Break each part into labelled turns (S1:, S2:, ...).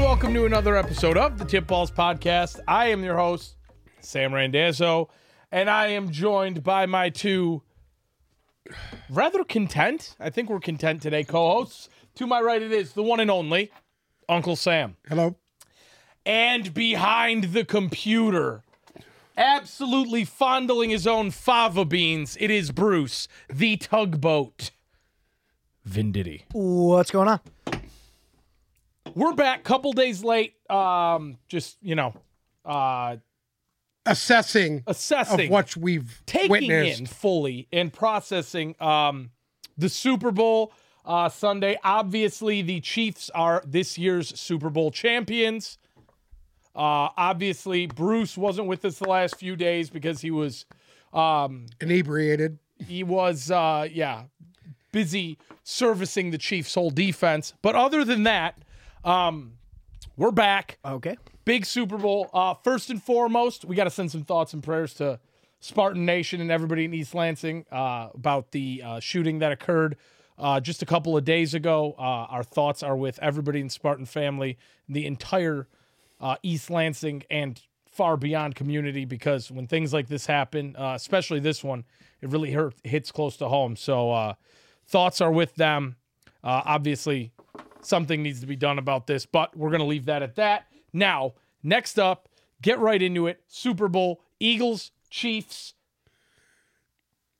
S1: another episode of the Tip Balls Podcast. I am your host, Sam Randazzo, and I am joined by my two rather content, I think we're content today, co hosts. To my right, it is the one and only Uncle Sam.
S2: Hello.
S1: And behind the computer, absolutely fondling his own fava beans, it is Bruce, the tugboat. Venditti.
S3: What's going on?
S1: We're back, couple days late. Um, just you know, uh,
S2: Assessing
S1: assessing,
S2: of what we've
S1: taking
S2: witnessed.
S1: in fully, and processing um, the Super Bowl uh, Sunday. Obviously, the Chiefs are this year's Super Bowl champions. Uh, obviously, Bruce wasn't with us the last few days because he was um,
S2: Inebriated.
S1: he was uh yeah busy servicing the Chiefs whole defense but other than that um we're back
S3: Okay.
S1: big Super Bowl uh first and foremost we got to send some thoughts and prayers to Spartan Nation and everybody in East Lansing uh about the uh shooting that occurred uh, just a couple of days ago, uh, our thoughts are with everybody in Spartan family, the entire uh, East Lansing and far beyond community because when things like this happen, uh, especially this one, it really hurt, hits close to home. So uh, thoughts are with them. Uh, obviously, something needs to be done about this, but we're going to leave that at that. Now, next up, get right into it. Super Bowl, Eagles, Chiefs.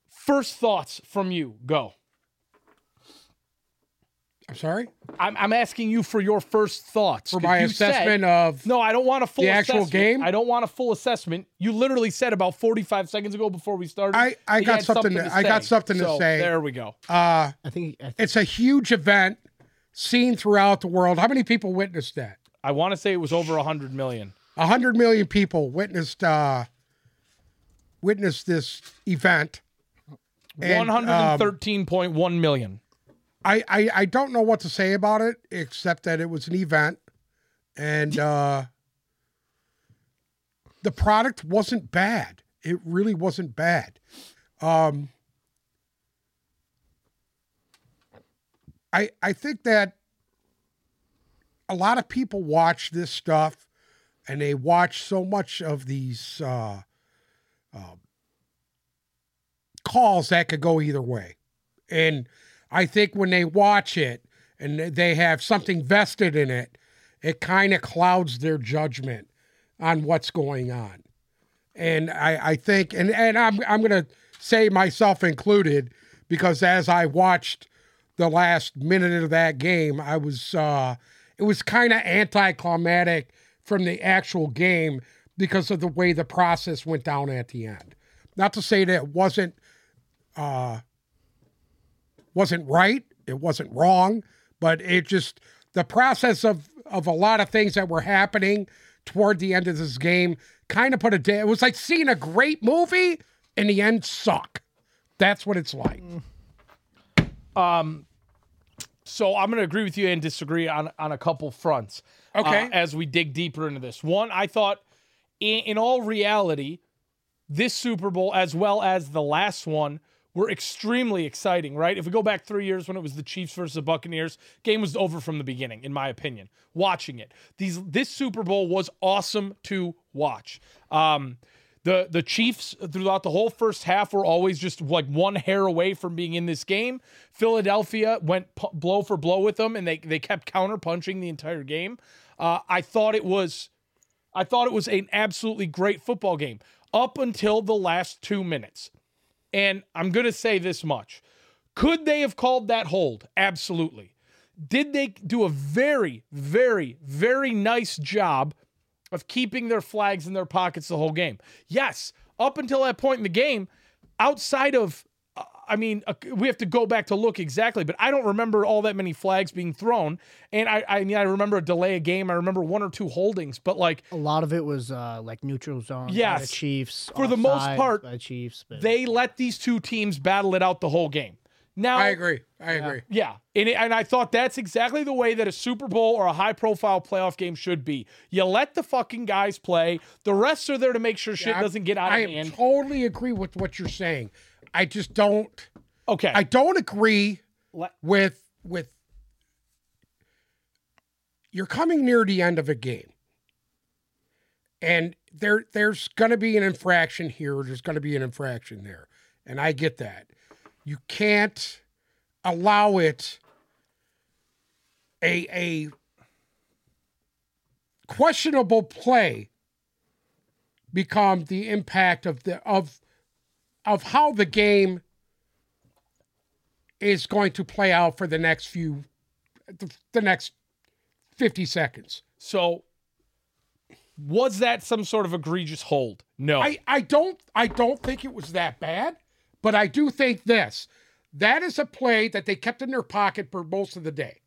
S1: First thoughts from you. Go.
S2: I'm sorry?
S1: I'm, I'm asking you for your first thoughts.
S2: For
S1: 'cause
S2: my
S1: you said-
S2: assessment of.
S1: No, I don't want a full
S2: The actual
S1: assessment.
S2: game?
S1: I don't want a full assessment. You literally said about 45 seconds ago before we started.
S2: I-
S1: that
S2: I
S1: you
S2: got
S1: had
S2: something to- I got something to
S1: So,
S2: say.
S1: There we go.
S2: Uh,
S3: I think I,
S2: it's a huge event seen throughout the world. How many people witnessed that?
S1: I want to say it was over 100 million.
S2: 100 million people witnessed uh, witnessed this event. And, um,
S1: 113.1 million.
S2: I, I, I don't know what to say about it except that it was an event and uh, the product wasn't bad. It really wasn't bad. Um, I I think that a lot of people watch this stuff and they watch so much of these uh, uh, calls that could go either way. And I think when they watch it and they have something vested in it, it kind of clouds their judgment on what's going on. And I, I think, and, and I'm, I'm going to say myself included, because as I watched the last minute of that game, I was, uh, it was kind of anticlimactic from the actual game because of the way the process went down at the end. Not to say that it wasn't wasn't right, it wasn't wrong, but it just the process of of a lot of things that were happening toward the end of this game kind of put a day. It was like seeing a great movie and the end suck. That's what it's like.
S1: So I'm going to agree with you and disagree on, on a couple fronts. uh,
S2: Okay.
S1: as we dig deeper into this, one, I thought in, in all reality, this Super Bowl, as well as the last one, were extremely exciting, right? If we go back three years when it was the Chiefs versus the Buccaneers, game was over from the beginning, in my opinion. Watching it, these this Super Bowl was awesome to watch. Um, the the Chiefs throughout the whole first half were always just like one hair away from being in this game. Philadelphia went p- blow for blow with them, and they they kept counterpunching the entire game. Uh, I thought it was. I thought it was an absolutely great football game up until the last two minutes. And I'm going to say this much. Could they have called that hold? Absolutely. Did they do a very, very, very nice job of keeping their flags in their pockets the whole game? Yes. Up until that point in the game, outside of, uh, I mean, uh, we have to go back to look exactly, but I don't remember all that many flags being thrown. And I, I mean, I remember a delay a game. I remember one or two holdings, but like
S3: a lot of it was uh, like neutral zone. by
S1: Yes.
S3: the Chiefs
S1: For the most
S3: offsides
S1: part,
S3: by the Chiefs. But
S1: they let these two teams battle it out the whole game. Now,
S2: I agree. I agree.
S1: Yeah, and it- and I thought that's exactly the way that a Super Bowl or a high-profile playoff game should be. You let the fucking guys play. The refs are there to make sure shit
S2: I-
S1: doesn't get out
S2: I
S1: of hand.
S2: totally agree with what you're saying. I just don't.
S1: Okay,
S2: I don't agree
S1: Le-
S2: with with you're coming near the end of a game. And there there's going to be an infraction here, there's going to be an infraction there. And I get that. You can't allow it a a questionable play become the impact of the of of how the game is going to play out for the next few the, the next 50 seconds.
S1: So was that some sort of egregious hold? No.
S2: I, I don't I don't think it was that bad, but I do think this. That is a play that they kept in their pocket for most of the day.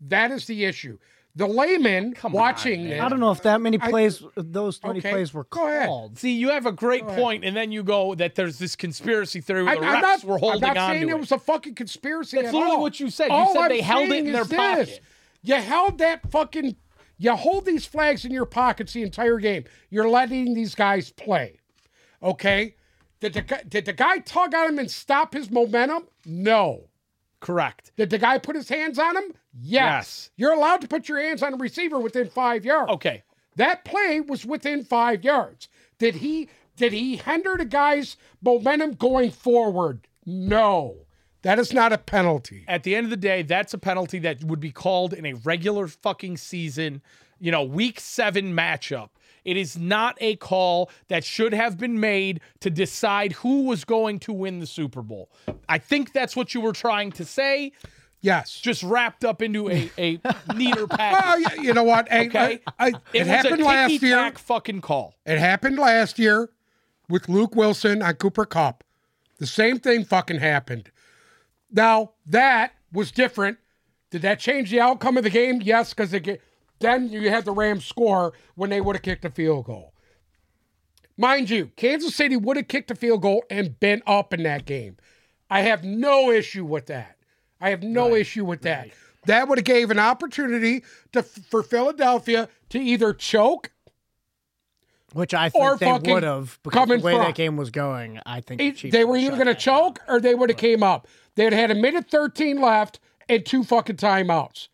S2: That is the issue. The layman
S1: Come on,
S2: watching
S1: man.
S2: this
S1: Yeah.
S3: I don't know if that many
S2: I-
S3: plays, those many
S2: Okay,
S3: plays were
S2: go ahead.
S3: called.
S1: See, you have a great
S2: Go ahead.
S1: point, and then you go that there's this conspiracy theory where
S2: I'm,
S1: the
S2: I'm
S1: refs
S2: not,
S1: were holding
S2: I'm not
S1: on
S2: saying
S1: to
S2: it
S1: it.
S2: was a fucking conspiracy.
S1: That's
S2: at
S1: literally
S2: all.
S1: what you said. You
S2: All
S1: said
S2: I'm
S1: they held it
S2: saying
S1: in their
S2: is this.
S1: pocket.
S2: You held that fucking. You hold these flags in your pockets the entire game. You're letting these guys play. Okay. Did the guy- did the guy tug on him and stop his momentum? No.
S1: Correct.
S2: Did the guy put his hands on him? Yes.
S1: Yes. Oh,
S2: You're allowed to put your hands on a receiver within five yards.
S1: Okay.
S2: That play was within five yards. Did he did he hinder the guy's momentum going forward? No. That is not a penalty.
S1: At the end of the day, that's a penalty that would be called in a regular fucking season, you know, week seven matchup. It is not a call that should have been made to decide who was going to win the Super Bowl. I think that's what you were trying to say,
S2: Yes.
S1: just wrapped up into a, a neater
S2: Well,
S1: package.
S2: y- you know what? Hey,
S1: Okay.
S2: I- I- it,
S1: It, was
S2: happened
S1: a
S2: last year.
S1: ticky-tack fucking call.
S2: It happened last year with Luke Wilson on Cooper Cup. The same thing fucking happened. Now that was different. Did that change the outcome of the game? Yes, because then you had the Rams score when they would have kicked a field goal. Mind you, Kansas City would have kicked a field goal and been up in that game. I have no issue with that. I have no issue with that. That would have gave an opportunity to for Philadelphia to either choke
S3: Which I
S2: Or
S3: think they
S2: fucking
S3: would have because
S2: come
S3: the
S2: in
S3: way
S2: front.
S3: that game was going. I think the
S2: It-
S3: Chiefs
S2: they were
S3: would've
S2: either
S3: shut
S2: going to
S3: that
S2: choke or they would have came up. They'd had a minute 13 left and two fucking timeouts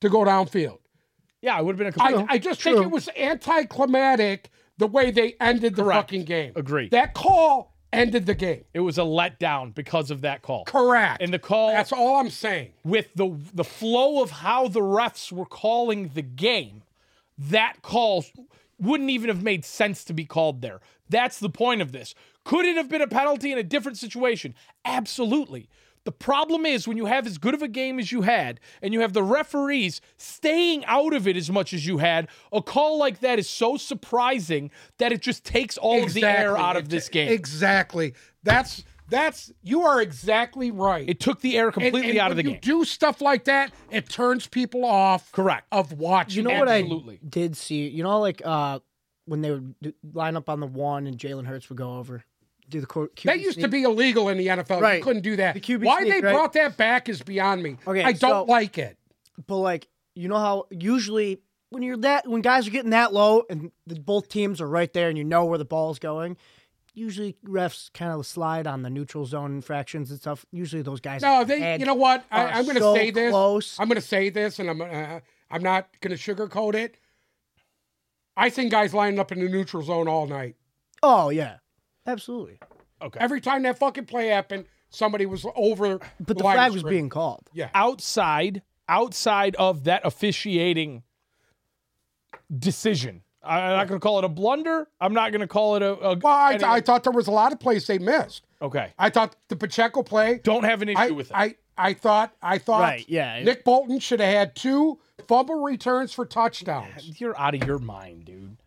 S2: to go downfield.
S1: Yeah, it would have been a complete.
S2: I, I just think
S3: true.
S2: it was anticlimactic the way they ended the
S1: Correct.
S2: fucking game.
S1: Agree.
S2: That call ended the game.
S1: It was a letdown because of that call.
S2: Correct.
S1: And the call
S2: That's all I'm saying.
S1: with the the flow of how the refs were calling the game, that call wouldn't even have made sense to be called there. That's the point of this. Could it have been a penalty in a different situation? Absolutely. The problem is when you have as good of a game as you had and you have the referees staying out of it as much as you had, a call like that is so surprising that it just takes all of the air out of this game.
S2: Exactly. That's that's you are exactly right.
S1: It took the air
S2: And-
S1: completely
S2: and
S1: out of the
S2: when
S1: game.
S2: you Do stuff like that, it turns people off.
S1: Correct.
S2: Of watching.
S3: You know
S1: Absolutely.
S3: what I did see? You know, like uh, when they would do- line up on the one and Jalen Hurts would go over, do the court.
S2: That used to be illegal in the NFL. You
S3: Right.
S2: couldn't do that.
S3: The QB
S2: Why
S3: sneak,
S2: they
S3: right?
S2: brought that back is beyond me.
S3: Okay,
S2: I don't
S3: so-
S2: like it.
S3: but like you know how usually when you're that when guys are getting that low and the, both teams are right there and you know where the ball's going. Usually refs kind of slide on the neutral zone infractions and stuff. Usually those guys.
S2: No, they.
S3: head
S2: You know what? I,
S3: are
S2: I'm going to
S3: so
S2: say this.
S3: Close.
S2: I'm going to say this, and I'm uh, I'm not going to sugarcoat it. I seen guys lining up in the neutral zone all night.
S3: Oh yeah, absolutely.
S1: okay.
S2: Every time that fucking play happened, somebody was over.
S3: But the
S2: line of
S3: flag was
S2: scrimmage.
S3: being called.
S1: outside outside of that officiating decision. I- I'm not going to call it a blunder. I'm not going to call it a, a
S2: Well, I,
S1: any-
S2: I thought there was a lot of plays they missed.
S1: okay.
S2: I thought the Pacheco play.
S1: Don't have an issue
S2: I,
S1: with it.
S2: I I thought I thought
S3: Right, yeah.
S2: Nick Bolton should have had two fumble returns for touchdowns.
S1: You're out of your mind, dude.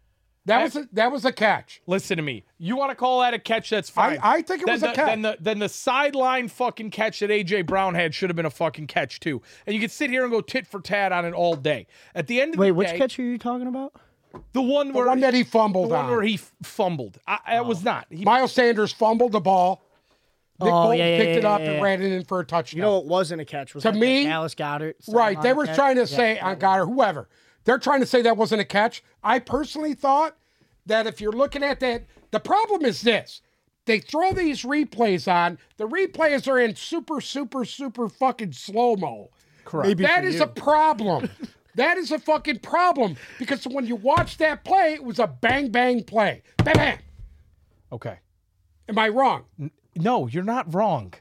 S2: That was a, that was a catch.
S1: Listen to me. You want to call that a catch? That's
S2: I,
S1: fine.
S2: I think it
S1: then
S2: was
S1: the,
S2: a catch.
S1: Then the, then the sideline fucking catch that AJ Brown had should have been a fucking catch too. And you could sit here and go tit for tat on it all day. At the end of
S3: Wait,
S1: the
S3: which
S1: day,
S3: catch are you talking about?
S1: the one where
S2: one that he
S1: the
S2: fumbled
S1: one where
S2: on. Oh.
S1: he f- fumbled. I, I was not. He,
S2: Miles Sanders fumbled the ball. Nick
S3: Oh,
S2: Bolton
S3: yeah, yeah,
S2: picked
S3: yeah,
S2: it up
S3: yeah,
S2: and
S3: yeah.
S2: ran it in for a touchdown.
S3: You know, it wasn't a catch. Was
S2: To
S3: that the
S2: me,
S3: Dallas Goddard.
S2: right. They
S3: sideline
S2: were
S3: catch?
S2: trying to
S3: Yeah.
S2: say on God or whoever. They're trying to say that wasn't a catch. I personally thought that if you're looking at that, the problem is this. They throw these replays on. The replays are in super, super, super fucking slow mo.
S1: Correct.
S2: That is a problem. That is a fucking problem because when you watch that play, it was a bang bang play. Bang bang.
S1: Okay.
S2: Am I wrong?
S1: No, you're not wrong.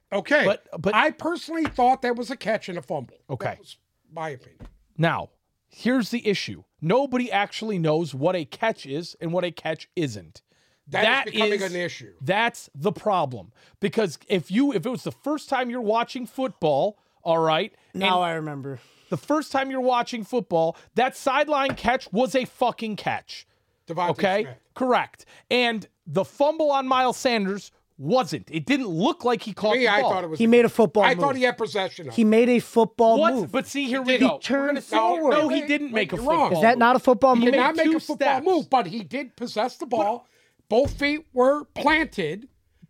S1: Mm,
S2: Okay.
S1: But- but- Oh.
S2: I personally thought that was a catch and a fumble.
S1: Okay.
S2: That was my opinion.
S1: Now, here's the issue. Nobody actually knows what a catch is and what a catch isn't.
S2: That is becoming
S1: is-
S2: an issue.
S1: That's the problem. Because if you if it was the first time you're watching football, all right,
S3: Now I remember.
S1: the first time you're watching football, that sideline catch was a fucking catch.
S2: Devontae
S1: Okay?
S2: Smith.
S1: Correct. And the fumble on Miles Sanders wasn't. It didn't look like he caught
S2: Me,
S1: the
S2: I
S1: ball.
S2: thought it was.
S3: He made a football
S2: I
S3: move.
S2: thought he had possession. Of. it.
S3: He made a football
S1: what?
S3: move.
S1: But see, here we
S2: did.
S1: go.
S2: He
S1: We're
S3: turned
S1: gonna see-
S2: forward.
S1: No, he
S2: Wait,
S1: didn't
S2: wait,
S1: make a
S2: you're
S1: football.
S2: wrong. Is
S3: Is that
S1: move.
S3: not a football
S2: did
S3: move?
S2: not make
S1: two
S2: a football
S1: steps.
S2: move, but he did possess the ball. Both feet were planted,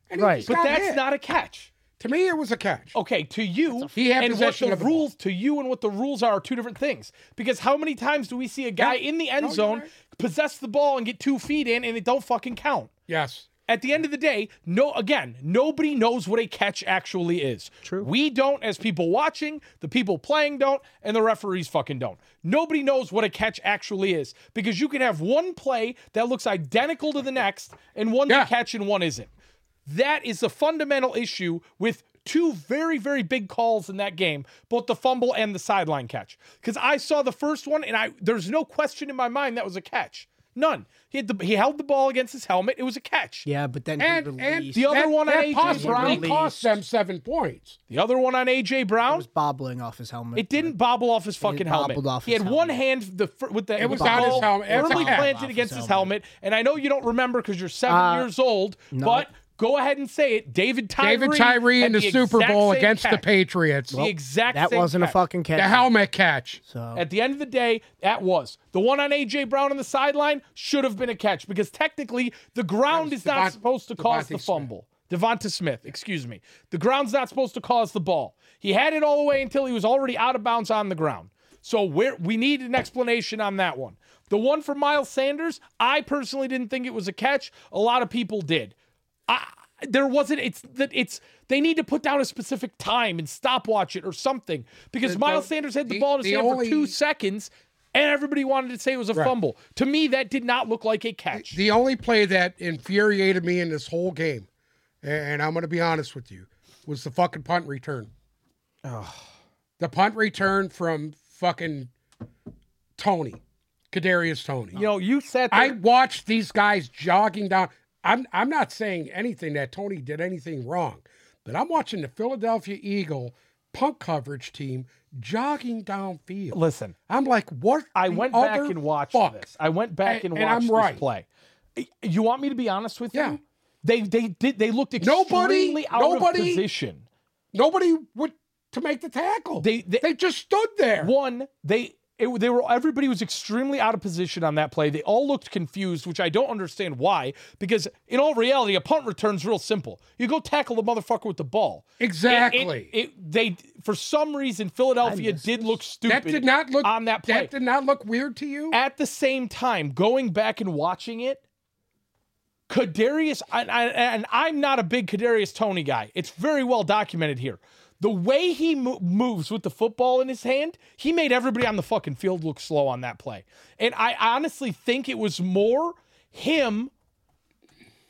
S2: and
S3: Right.
S2: he just
S1: But
S2: got
S1: that's
S2: hit.
S1: not Oh. a catch.
S2: To me, it was a catch.
S1: Okay, to you,
S2: He had
S1: and what
S2: possession
S1: the
S2: of the ball.
S1: rules to you and what the rules are are two different things. Because how many times do we see a guy
S2: Yeah.
S1: in the end
S2: No, you're
S1: zone
S2: right.
S1: possess the ball and get two feet in, and it don't fucking count?
S2: Yes.
S1: At the end of the day, no. Again, nobody knows what a catch actually is. True. We don't, as people watching, the people playing don't, and the referees fucking don't. Nobody knows what a catch actually is because you can have one play that looks identical to the next, and one's
S2: Yeah.
S1: a catch and one isn't. That is the fundamental issue with two very, very big calls in that game, both the fumble and the sideline catch. Because I saw the first one, and I there's no question in my mind that was a catch. None. He had the, he held the ball against his helmet. It was a catch.
S3: Yeah, but then
S2: And
S3: he
S2: and
S3: released.
S1: The other
S2: that-
S1: one on
S2: that
S1: AJ
S2: possibly
S1: Brown.
S2: cost them seven points.
S1: The other one on AJ
S3: It
S1: Brown,
S3: was bobbling off his helmet.
S1: it didn't bobble off his fucking helmet.
S3: bobbled off
S1: he
S3: his
S1: had one hand the fir- with the it
S2: was on his helmet. It was
S1: firmly
S2: a catch.
S1: planted
S3: Off
S1: against
S3: his
S1: his helmet. And I know you don't remember because you're seven
S3: Uh,
S1: years old, but go ahead and say it. David Tyree,
S2: David Tyree
S1: had
S2: in the, Super
S1: exact
S2: Bowl
S1: same
S2: against the
S1: catch.
S2: Patriots.
S1: The exact
S3: That
S1: same
S3: wasn't a
S1: catch.
S3: fucking catch.
S2: the helmet catch.
S3: So
S1: At the end of the day, that was the one on AJ Brown on the sideline should have been a catch because technically the ground
S2: was
S1: is not
S2: Devont-
S1: supposed to cause
S2: Devontae
S1: the
S2: Smith.
S1: fumble. Devonta Smith, excuse me. The ground's not supposed to cause the ball. He had it all the way until he was already out of bounds on the ground. So where we need an explanation on that one. The one for Miles Sanders, I personally didn't think it was a catch. A lot of people did. I, there wasn't. It's that it's. They need to put down a specific time and stopwatch it or something because Miles Sanders had the,
S2: the-
S1: ball in his
S2: the
S1: hand
S2: only-
S1: for two seconds, and everybody wanted to say it was a fumble. To me, that did not look like a catch.
S2: The only play that infuriated me in this whole game, and I'm going to be honest with you, was the fucking punt return. The punt return from fucking Tony, Kadarius Tony.
S1: you know, you sat there.
S2: I watched these guys jogging down. I'm I'm not saying anything that Tony did anything wrong, but I'm watching the Philadelphia Eagle punt coverage team jogging downfield.
S1: listen.
S2: I'm like, what?
S1: I
S2: the
S1: went
S2: other
S1: back and watched
S2: fuck?
S1: this. I went back
S2: And-
S1: and,
S2: and
S1: watched
S2: I'm
S1: this
S2: right.
S1: play. You want me to be honest with
S2: Yeah.
S1: you? They they did they looked
S2: Nobody-
S1: extremely out
S2: nobody-
S1: of position.
S2: Nobody would to make the tackle.
S1: They- they-
S2: just stood there.
S1: One, they it, they were everybody was extremely out of position on that play. They all looked confused, which I don't understand why. Because in all reality, a punt return's real simple. You go tackle the motherfucker with the ball.
S2: exactly.
S1: It, it- they for some reason Philadelphia did look stupid.
S2: that did not look
S1: on that play.
S2: That did not look weird to you.
S1: At the same time, going back and watching it, Kadarius and, I, and I'm not a big Kadarius Tony guy. It's very well documented here. The way he mo- moves with the football in his hand, he made everybody on the fucking field look slow on that play. And I honestly think it was more him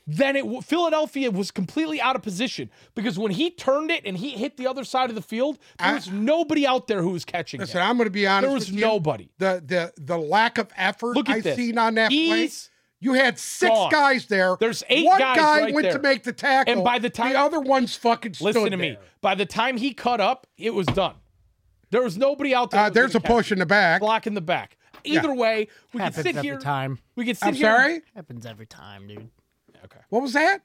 S1: then it w- Philadelphia was completely out of position because when he turned it and he hit the other side of the field, there was nobody out there who was catching
S2: Listen,
S1: it.
S2: I'm going to be honest.
S1: There was
S2: with you.
S1: nobody.
S2: The the the lack of effort
S1: Look at
S2: I've
S1: this.
S2: seen on that
S1: He's
S2: play. You had six
S1: gone.
S2: guys there.
S1: There's eight
S2: One
S1: guys
S2: guy
S1: right
S2: went to
S1: there.
S2: make the tackle,
S1: And by the time-
S2: the other one's fucking stood
S1: Listen to me.
S2: there.
S1: By the time he cut up, it was done. There was nobody out there.
S2: Uh, there's a push in the back.
S1: block in the back. Either way, we could
S3: happens
S1: sit
S3: every
S1: here.
S3: time.
S1: We could sit
S2: I'm
S1: here.
S2: sorry.
S3: Happens every time, dude.
S2: What was that?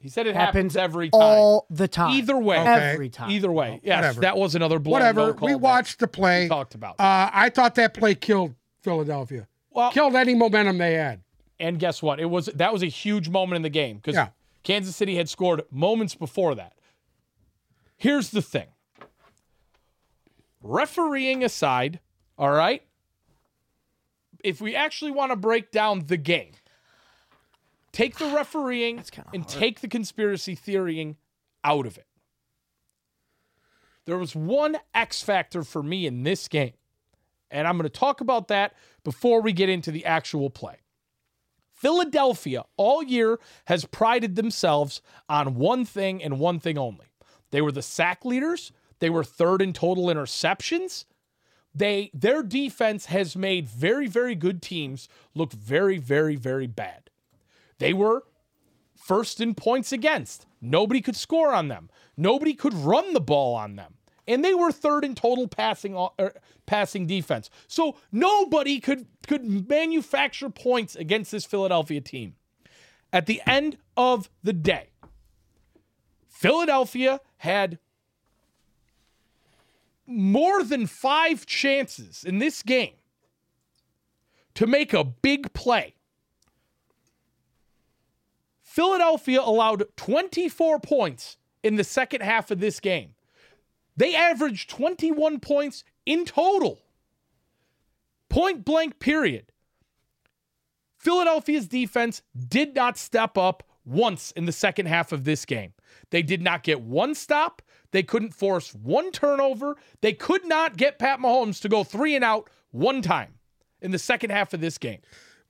S1: He said it happens,
S3: Happens
S1: every time.
S3: All the time.
S1: Either way.
S3: Every time.
S1: Either way. Yes,
S2: whatever.
S1: that was another blow.
S2: Whatever.
S1: no call
S2: we
S1: that
S2: watched the play.
S1: we talked about.
S2: Uh, I thought that play killed Philadelphia.
S1: Well-
S2: killed any momentum they had.
S1: And guess what? It was that was a huge moment in the game because
S2: Yeah.
S1: Kansas City had scored moments before that. Here's the thing. Refereeing aside, all right? If we actually want to break down the game, take the refereeing
S3: kinda
S1: and take the conspiracy theorying out of it. There was one X factor for me in this game, And I'm going to talk about that before we get into the actual play. Philadelphia all year has prided themselves on one thing and one thing only. They were the sack leaders, they were third in total interceptions. They their defense has made very very good teams look very very very bad. They were first in points against. Nobody could score on them. Nobody could run the ball on them. And they were third in total passing er, passing defense. So nobody could could manufacture points against this Philadelphia team. At the end of the day, Philadelphia had more than 5 chances in this game to make a big play. Philadelphia allowed 24 points in the second half of this game. They averaged 21 points in total. Point blank, period. Philadelphia's defense did not step up once in the second half of this game. They did not get one stop. They couldn't force one turnover. They could not get Pat Mahomes to go three and out one time in the second half of this game.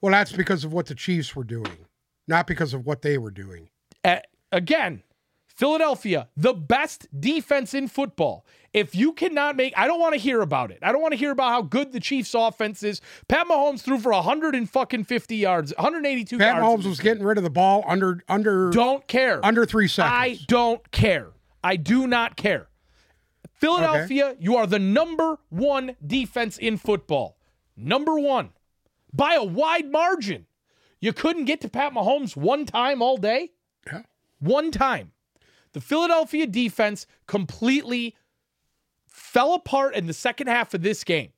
S2: Well, that's because of what the Chiefs were doing not because of what they were doing.
S1: Uh, again, Philadelphia, the best defense in football. If you cannot make, I don't want to hear about it. I don't want to hear about how good the Chiefs' offense is. Pat Mahomes threw for 100 and fucking 50 yards, 182.
S2: Pat
S1: yards
S2: Mahomes was getting rid of the ball under under
S1: Don't care.
S2: under three seconds.
S1: I don't care. I do not care. Philadelphia, you are the number one defense in football. Number one by a wide margin. You couldn't get to Pat Mahomes one time all day?
S2: Yeah.
S1: One time. The Philadelphia defense completely fell apart in the second half of this game.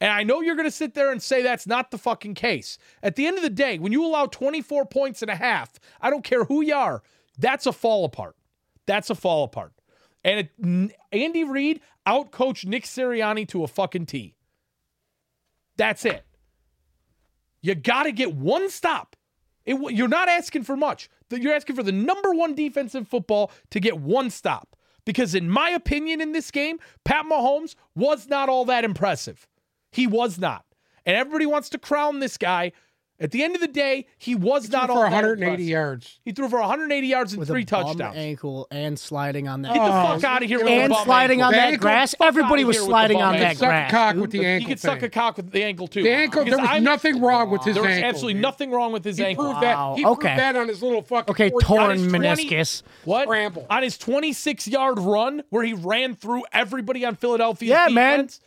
S1: And I know you're going to sit there and say that's not the fucking case. At the end of the day, when you allow 24 points and a half, I don't care who you are, that's a fall apart. That's a fall apart. And it, n- Andy Reid outcoached Nick Sirianni to a fucking T. That's it. You got to get one stop. It, wa- you're not asking for much. The- You're asking for the number one defense in football to get one stop. Because, in my opinion, in this game, Pat Mahomes was not all that impressive. He was not. And everybody wants to crown this guy. At the end of the day, he was not
S2: for
S1: all that
S2: 180
S1: impressive.
S2: yards.
S1: He threw for 180 yards and
S3: With
S1: three
S3: a bum
S1: touchdowns.
S3: ankle and sliding on that.
S1: Get the
S2: Oh,
S1: fuck out of here with a
S3: and
S1: bum
S3: sliding
S1: ankle.
S3: on
S2: The
S3: that
S2: ankle-
S3: grass.
S1: Fuck
S3: Everybody
S1: outta
S3: was
S1: here with the
S3: sliding
S1: bum
S3: on that
S1: ankle.
S2: Suck a
S3: grass.
S2: cock
S3: dude.
S2: with the ankle.
S1: He could
S2: thing.
S1: suck a cock with the ankle too.
S2: the ankle.
S1: Because
S2: There was
S1: I'm-
S2: nothing wrong with his
S1: There was
S2: ankle.
S1: absolutely
S2: dude.
S1: nothing wrong with his
S2: He
S1: ankle.
S2: proved
S3: Wow,
S2: that. He proved
S3: okay.
S2: that on his little fucking.
S3: Okay,
S2: 40
S3: torn
S2: on his 20
S3: meniscus.
S1: What?
S2: Scramble.
S1: On his 26 yard run where he ran through everybody on Philadelphia's
S3: Yeah, man.
S1: defense.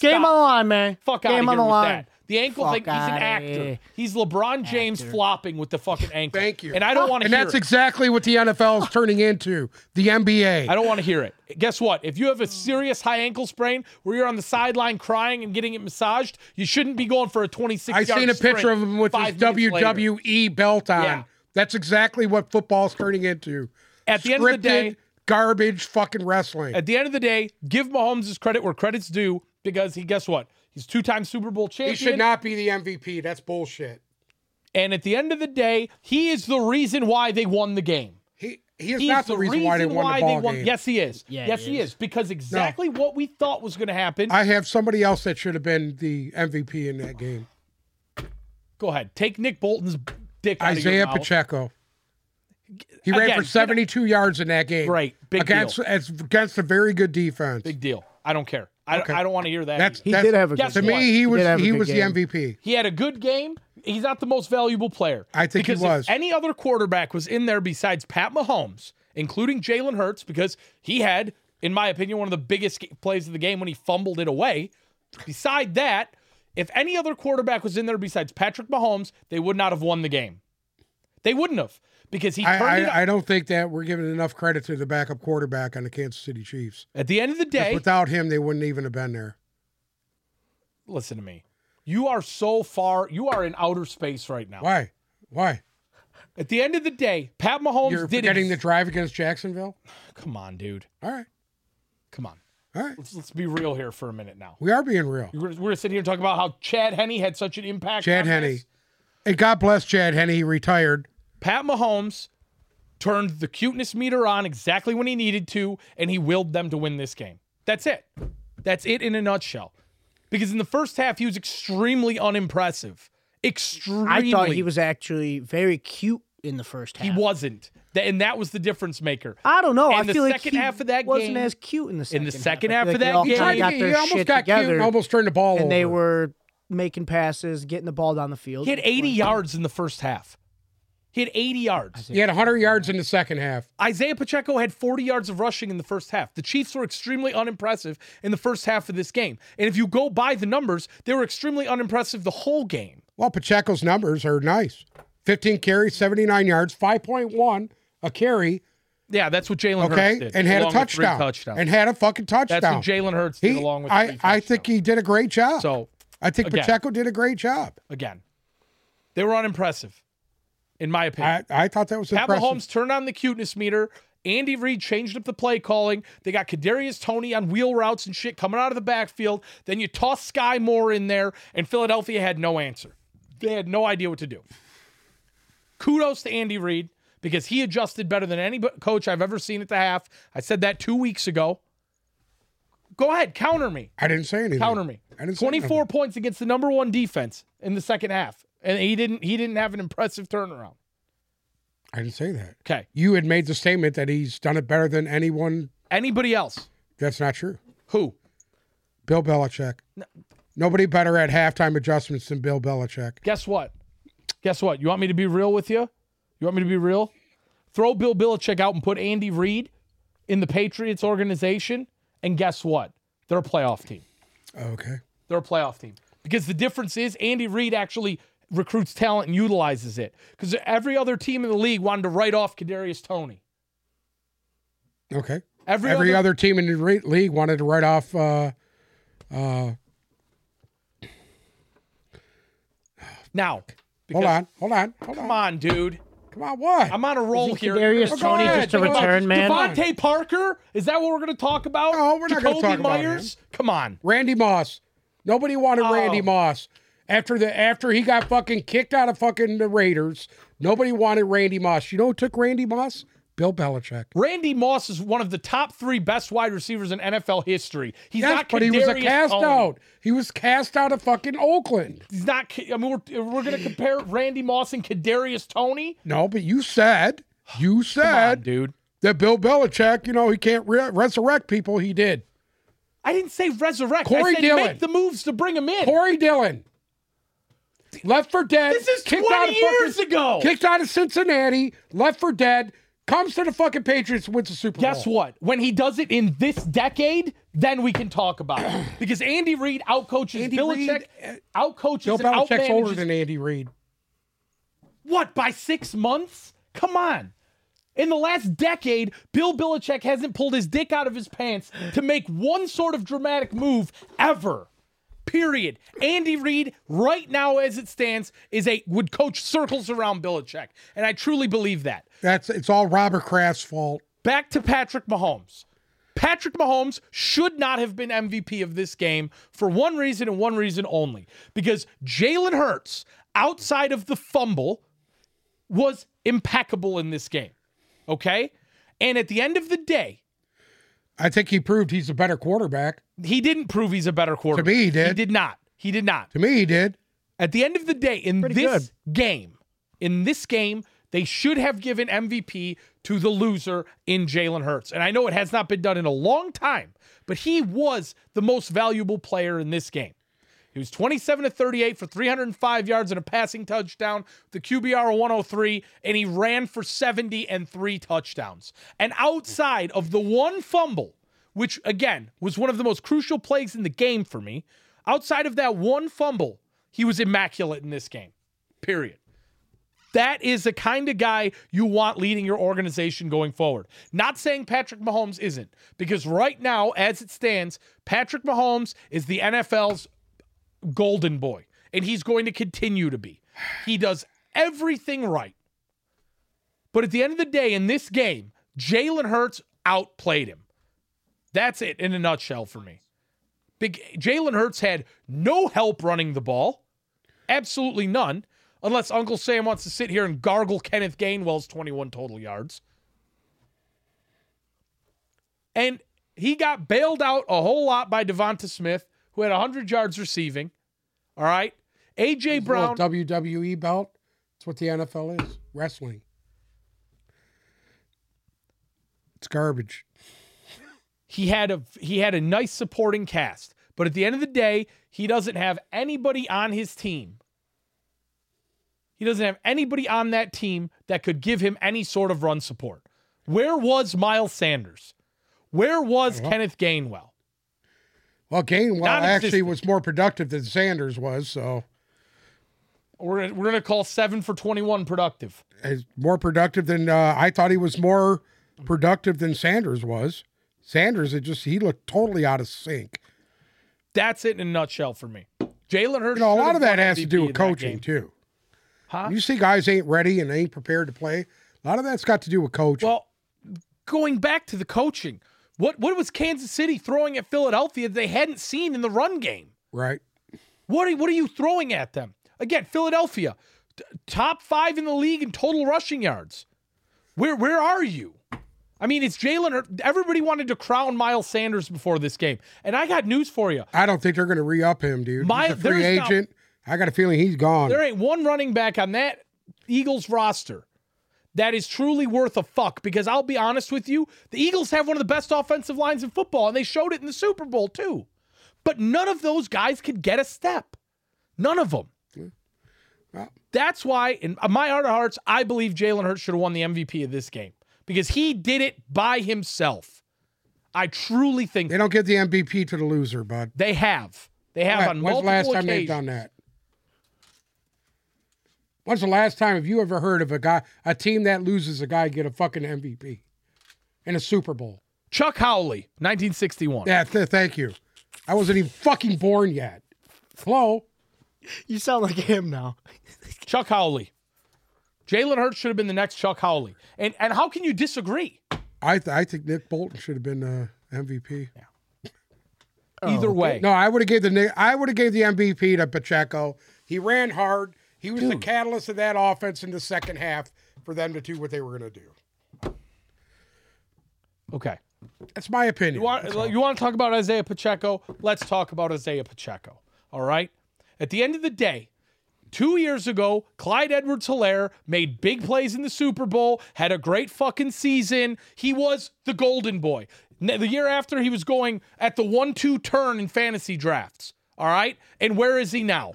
S3: Game on the line, man.
S1: Fuck out of
S3: Game
S1: here
S3: on the
S1: with
S3: line.
S1: that. The ankle
S3: Fuck
S1: thing, he's an
S3: outta
S1: actor.
S3: here.
S1: He's LeBron James flopping with the fucking ankle.
S2: Thank you.
S1: And I don't want to
S2: And
S1: hear
S2: that's
S1: it.
S2: exactly what the NFL is turning into. The NBA.
S1: I don't want to hear it. Guess what? If you have a serious high ankle sprain where you're on the sideline crying and getting it massaged, you shouldn't be going for a 26
S2: I
S1: yard
S2: seen a picture
S1: sprint
S2: of him with his
S1: five minutes later.
S2: WWE belt on.
S1: Yeah.
S2: That's exactly what football's turning into.
S1: At the end of the day-
S2: Scripted, garbage fucking wrestling.
S1: At the end of the day, give Mahomes his credit where credit's due because he, guess what? He's two time Super Bowl champion.
S2: he should not be the MVP. That's bullshit.
S1: And at the end of the day, he is the reason why they won the game.
S2: He he is
S1: He's
S2: not the, reason, why they won the ball game.
S1: Yes, he is.
S3: Yeah,
S1: yes,
S3: he
S1: he is.
S3: is.
S1: Because exactly what we thought was going to happen.
S2: I have somebody else that should have been the MVP in that game.
S1: Go ahead. Take Nick Bolton's dick out of your
S2: Isaiah
S1: mouth.
S2: Pacheco. He
S1: Again,
S2: ran for
S1: get-
S2: 72 yards in that game.
S1: Great. Big
S2: against
S1: deal.
S2: as- against a very good defense.
S1: Big deal. I don't care. I,
S2: Okay.
S1: I don't want to hear that.
S2: That's,
S1: either.
S3: He
S2: that's
S3: did have a
S1: Yes,
S3: good
S2: to
S1: one.
S2: me he
S3: He
S2: was
S3: did have a
S2: he
S3: good
S2: was
S3: game.
S2: the MVP.
S1: He had a good game. He's not the most valuable player.
S2: I think he
S1: because
S2: was.
S1: If any other quarterback was in there besides Pat Mahomes, including Jalen Hurts, because he had, in my opinion, one of the biggest ga- plays of the game when he fumbled it away. Beside that, if any other quarterback was in there besides Patrick Mahomes, they would not have won the game. They wouldn't have because he
S2: I,
S1: turned it.
S2: I, I don't think that we're giving enough credit to the backup quarterback on the Kansas City Chiefs.
S1: at the end of the
S2: 'Cause
S1: day,
S2: Without him, they wouldn't even have been there.
S1: listen to me. You are so far. You are in outer space right now.
S2: Why? Why?
S1: At the end of the day, Pat Mahomes
S2: You're
S1: did
S2: forgetting the
S1: ex-
S2: drive against Jacksonville?
S1: Come on, dude.
S2: All right.
S1: Come on.
S2: All right.
S1: let's, let's be real here for a minute now.
S2: We are being real.
S1: We're, we're gonna sit here and talk about how Chad Henney had such an impact.
S2: Chad
S1: on
S2: Henne.
S1: this.
S2: And God bless Chad Henne. He retired.
S1: Pat Mahomes turned the cuteness meter on exactly when he needed to, and he willed them to win this game. That's it. That's it in a nutshell. because in the first half he was extremely unimpressive. Extremely.
S3: I thought he was actually very cute in the first half.
S1: He wasn't, Th- and that was the difference maker.
S3: I don't know.
S1: In
S3: I
S1: the
S3: feel like
S1: second
S3: he
S1: half of that
S3: wasn't
S1: game-
S3: as cute in the second
S1: In the second half
S3: I
S1: of
S3: feel
S1: that
S3: like they
S1: game-
S3: all
S1: Tried
S3: kind
S1: to
S3: of got
S2: get-
S3: their
S2: he almost
S3: shit
S2: got
S3: together,
S2: cute and almost turned the ball over.
S3: and they were making passes, getting the ball down the field.
S1: He had 80 yards in the first half. He had 80 yards.
S2: He had 100 yards in the second half.
S1: Isaiah Pacheco had 40 yards of rushing in the first half. The Chiefs were extremely unimpressive in the first half of this game. And if you go by the numbers, they were extremely unimpressive the whole game.
S2: Well, Pacheco's numbers are nice 15 carries, 79 yards, 5.1 a carry,
S1: Yeah, that's what Jalen Hurts
S2: okay,
S1: did.
S2: and had
S1: along
S2: a
S1: with three
S2: touchdown.
S1: touchdowns.
S2: And had a fucking touchdown.
S1: that's what Jalen Hurts did
S2: he,
S1: along with
S2: I,
S1: three
S2: I
S1: touchdowns.
S2: think he did a great job.
S1: so.
S2: I think
S1: again.
S2: Pacheco did a great job.
S1: Again, they were unimpressive, in my opinion.
S2: I, I thought that was
S1: Pat
S2: impressive.
S1: Mahomes turned on the cuteness meter. Andy Reid changed up the play calling. They got Kadarius Tony on wheel routes and shit coming out of the backfield. Then you toss Sky Moore in there, and Philadelphia had no answer. They had no idea what to do. Kudos to Andy Reid because he adjusted better than any bu- coach I've ever seen at the half. I said that two weeks ago. Go ahead, counter me.
S2: I didn't say anything.
S1: Counter me.
S2: I didn't say anything.
S1: 24 points against the number one defense in the second half, and he didn't. He didn't have an impressive turnaround.
S2: I didn't say that.
S1: Okay,
S2: You had made the statement that he's done it better than anyone.
S1: anybody else?
S2: That's not true.
S1: Who?
S2: Bill Belichick. Nobody better at halftime adjustments than Bill Belichick.
S1: Guess what? Guess what? You want me to be real with you? You want me to be real? Throw Bill Belichick out and put Andy Reid in the Patriots organization, and guess what? They're a playoff team.
S2: Okay.
S1: They're a playoff team because the difference is Andy Reid actually recruits talent and utilizes it. Because every other team in the league wanted to write off Kadarius Tony.
S2: Okay.
S1: Every,
S2: Every
S1: other,
S2: other, team in the re- league wanted to write off. Uh,
S1: now. Because,
S2: hold on. Hold on. Hold on.
S1: Come on, dude.
S2: Come on. What?
S1: I'm on a roll here.
S3: Kadarius
S2: Go
S3: Tony
S2: ahead,
S3: just a
S2: go ahead.
S3: return man.
S1: Devontae Parker? Is that what we're going to talk about?
S2: No, we're not gonna
S1: Jacoby
S2: talk about him.
S1: Myers? Come on.
S2: Randy Moss. Nobody wanted Randy
S1: Oh.
S2: Moss after the after he got fucking kicked out of fucking the Raiders. Nobody wanted Randy Moss. You know who took Randy Moss? Bill Belichick.
S1: Randy Moss is one of the top three best wide receivers in NFL history. He's
S2: Yes,
S1: not
S2: but he was a
S1: Kadarius
S2: cast
S1: Toney.
S2: out. He was cast out of fucking Oakland.
S1: He's not. K- I mean, we're, we're going to compare Randy Moss and Kadarius Tony.
S2: No, but you said you said
S1: dude.
S2: that Bill Belichick, you know, he can't re- resurrect people. He did.
S1: I didn't say resurrect.
S2: Corey
S1: I said
S2: Dillon.
S1: make the moves to bring him in.
S2: Corey Dillon. Left for dead.
S1: this is
S2: kicked
S1: 20
S2: out of fucking-
S1: years ago.
S2: Kicked out of Cincinnati, left for dead, comes to the fucking Patriots, wins the Super Bowl.
S1: Guess what? When he does it in this decade, then we can talk about it. Because Andy Reid outcoaches
S2: Andy
S1: Belichick,
S2: Reid, uh,
S1: outcoaches
S2: Bill
S1: and
S2: Belichick's older
S1: outmanages
S2: than Andy Reid.
S1: What, by six months? Come on. In the last decade, Bill Belichick hasn't pulled his dick out of his pants to make one sort of dramatic move ever. Period. Andy Reid, right now as it stands, is a would coach circles around Belichick. And I truly believe that.
S2: That's it's all Robert Kraft's fault.
S1: Back to Patrick Mahomes. Patrick Mahomes should not have been MVP of this game for one reason and one reason only. Because Jalen Hurts, outside of the fumble, was impeccable in this game. Okay? And at the end of the day,
S2: I think he proved he's a better quarterback.
S1: he didn't prove he's a better quarterback.
S2: me, he did.
S1: He did not. He did not.
S2: To me, he did.
S1: At the end of the day, in this game, in this game, they should have given MVP to the loser in Jalen Hurts. And I know it has not been done in a long time, but he was the most valuable player in this game. He was 27 to 38 for 305 yards and a passing touchdown, the QBR of 103, and he ran for 70 and three touchdowns. And outside of the one fumble, which again was one of the most crucial plays in the game for me, outside of that one fumble, he was immaculate in this game. Period. That is the kind of guy you want leading your organization going forward. Not saying Patrick Mahomes isn't, because right now, as it stands, Patrick Mahomes is the NFL's golden boy, and he's going to continue to be. He does everything right. But at the end of the day, in this game, Jalen Hurts outplayed him. That's it in a nutshell for me. Big Jalen Hurts had no help running the ball, absolutely none, unless Uncle Sam wants to sit here and gargle Kenneth Gainwell's 21 total yards. And he got bailed out a whole lot by Devonta Smith, who had 100 yards receiving. All right. A.J.
S2: His little
S1: Brown.
S2: WWE belt. That's what the NFL is. Wrestling. It's garbage.
S1: he had a he had a nice supporting cast but at the end of the day he doesn't have anybody on his team he doesn't have anybody on that team that could give him any sort of run support where was miles sanders where was
S2: Uh-huh.
S1: kenneth gainwell
S2: Well, Gainwell
S1: Non-existent.
S2: actually was more productive than Sanders was, so
S1: we're gonna, we're gonna call seven for 21 productive
S2: he's more productive than uh, I thought he was more productive than Sanders was. Sanders, it just he looked totally out of sync.
S1: that's it in a nutshell for me jalen hurts
S2: You know, a lot
S1: should've
S2: of that
S1: won
S2: has to
S1: MVP
S2: do
S1: in
S2: with
S1: that
S2: coaching
S1: game.
S2: too.
S1: Huh?
S2: You see, guys ain't ready and ain't prepared to play. A lot of that's got to do with coaching.
S1: Well, going back to the coaching, what what was Kansas City throwing at Philadelphia that they hadn't seen in the run game?
S2: right?
S1: What are, what are you throwing at them? Again, Philadelphia, t- top five in the league in total rushing yards. Where where are you? I mean, it's Jalen. Hur- Everybody wanted to crown Miles Sanders before this game, and I got news for you.
S2: I don't think they're going to re up him, dude.
S1: My-
S2: he's a free
S1: there's not-
S2: agent. I got a feeling he's gone.
S1: There ain't one running back on that Eagles roster that is truly worth a fuck because I'll be honest with you, the Eagles have one of the best offensive lines in football and they showed it in the Super Bowl too. But none of those guys could get a step. None of them.
S2: Well-
S1: That's why, in my heart of hearts, I believe Jalen Hurts should have won the MVP of this game because he did it by himself. I truly think
S2: They don't give the MVP to the loser, bud.
S1: they have. They have on
S2: When-
S1: multiple
S2: When's the last time they've
S1: occasions.
S2: done that? When's the last time have you ever heard of a guy, a team that loses a guy get a fucking MVP in a Super Bowl?
S1: Chuck Howley, 1961.
S2: Yeah, th- thank you. I wasn't even fucking born yet. Hello,
S3: You sound like him now.
S1: Chuck Howley. Jalen Hurts should have been the next Chuck Howley. And and how can you disagree?
S2: I th- I think Nick Bolton should have been uh, MVP.
S1: Either way.
S2: Oh, No, I would have gave the Nick- I would have gave the MVP to Pacheco. He ran hard. He was the catalyst of that offense in the second half for them to do what they were going to do.
S1: Okay.
S2: That's my opinion.
S1: You want, you want to talk about Isaiah Pacheco? Let's talk about Isaiah Pacheco. All right. At the end of the day, two years ago, Clyde Edwards Hilaire made big plays in the Super Bowl, had a great fucking season. He was the golden boy. N- The year after, he was going at the one two turn in fantasy drafts. All right. And where is he now?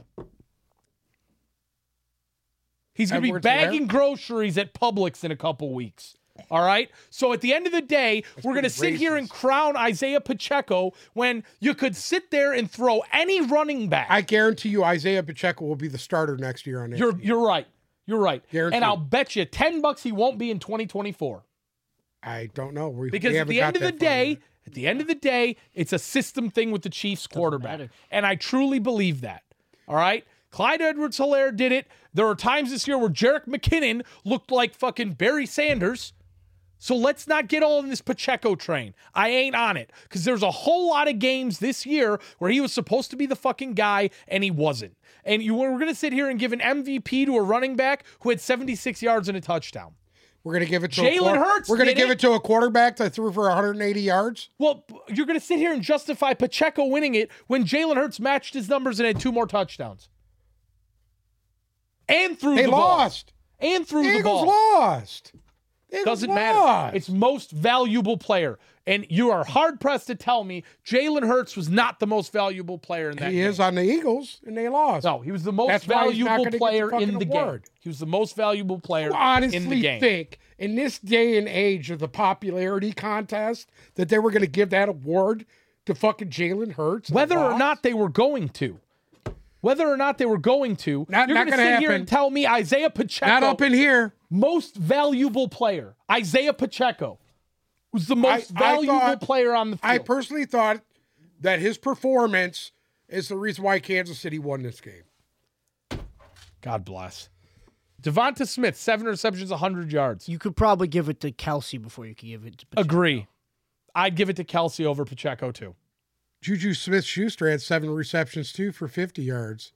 S1: He's going to be
S2: Edwards Hilaire?
S1: bagging groceries at Publix in a couple weeks. All right. So at the end of the day, we're going to sit here and crown Isaiah Pacheco when you could sit there and throw any running back.
S2: I guarantee you, Isaiah Pacheco will be the starter next year on it.
S1: you're you're right. You're right.
S2: Guaranteed.
S1: And I'll bet you 10 bucks he won't be in 2024.
S2: I don't know. We,
S1: Because
S2: we
S1: at
S2: haven't
S1: the
S2: got
S1: end of the
S2: that far
S1: day,
S2: yet.
S1: at the end of the day, it's a system thing with the Chiefs quarterback.
S3: matter.
S1: And I truly believe that. All right. Clyde Edwards Hilaire did it. There were times this year where Jarek McKinnon looked like fucking Barry Sanders. So let's not get all in this Pacheco train. I ain't on it. Because there's a whole lot of games this year where he was supposed to be the fucking guy and he wasn't. And you were going to sit here and give an MVP to a running back who had 76 yards and a touchdown.
S2: we're going to give it to
S1: Jalen
S2: a quarter-
S1: Hurts
S2: We're going to
S1: did
S2: give
S1: it.
S2: it to a quarterback that threw for 180 yards.
S1: Well, you're going to sit here and justify Pacheco winning it when Jalen Hurts matched his numbers and had two more touchdowns. And threw
S2: They
S1: the
S2: lost.
S1: ball. And threw
S2: The
S1: the
S2: Eagles
S1: ball.
S2: lost. The Eagles
S1: Doesn't
S2: lost.
S1: matter. It's most valuable player. And you are hard pressed to tell me Jalen Hurts was not the most valuable player in that
S2: he
S1: game.
S2: is on the Eagles, and they lost.
S1: No, he was the most
S2: That's why he's
S1: valuable
S2: not gonna get the
S1: player in
S2: fucking
S1: the game.
S2: award.
S1: He was the most valuable player
S2: honestly
S1: in the game.
S2: think in this day and age of the popularity contest that they were going to give that award to fucking Jalen Hurts? and
S1: whether or
S2: lost?
S1: not they were going to. Whether or not they were going to,
S2: Not-
S1: you're
S2: not
S1: going to sit
S2: gonna
S1: here
S2: happen.
S1: and tell me Isaiah Pacheco
S2: not up in here.
S1: most valuable player, Isaiah Pacheco, was the most
S2: I
S1: valuable
S2: thought-
S1: player on the field.
S2: I personally thought that his performance is the reason why Kansas City won this game.
S1: God bless. Devonta Smith, seven receptions, 100 yards.
S3: You could probably give it to Kelsey before you could give it to Pacheco.
S1: Agree. I'd give it to Kelsey over Pacheco, too.
S2: Juju Smith Schuster had seven receptions too for 50 yards.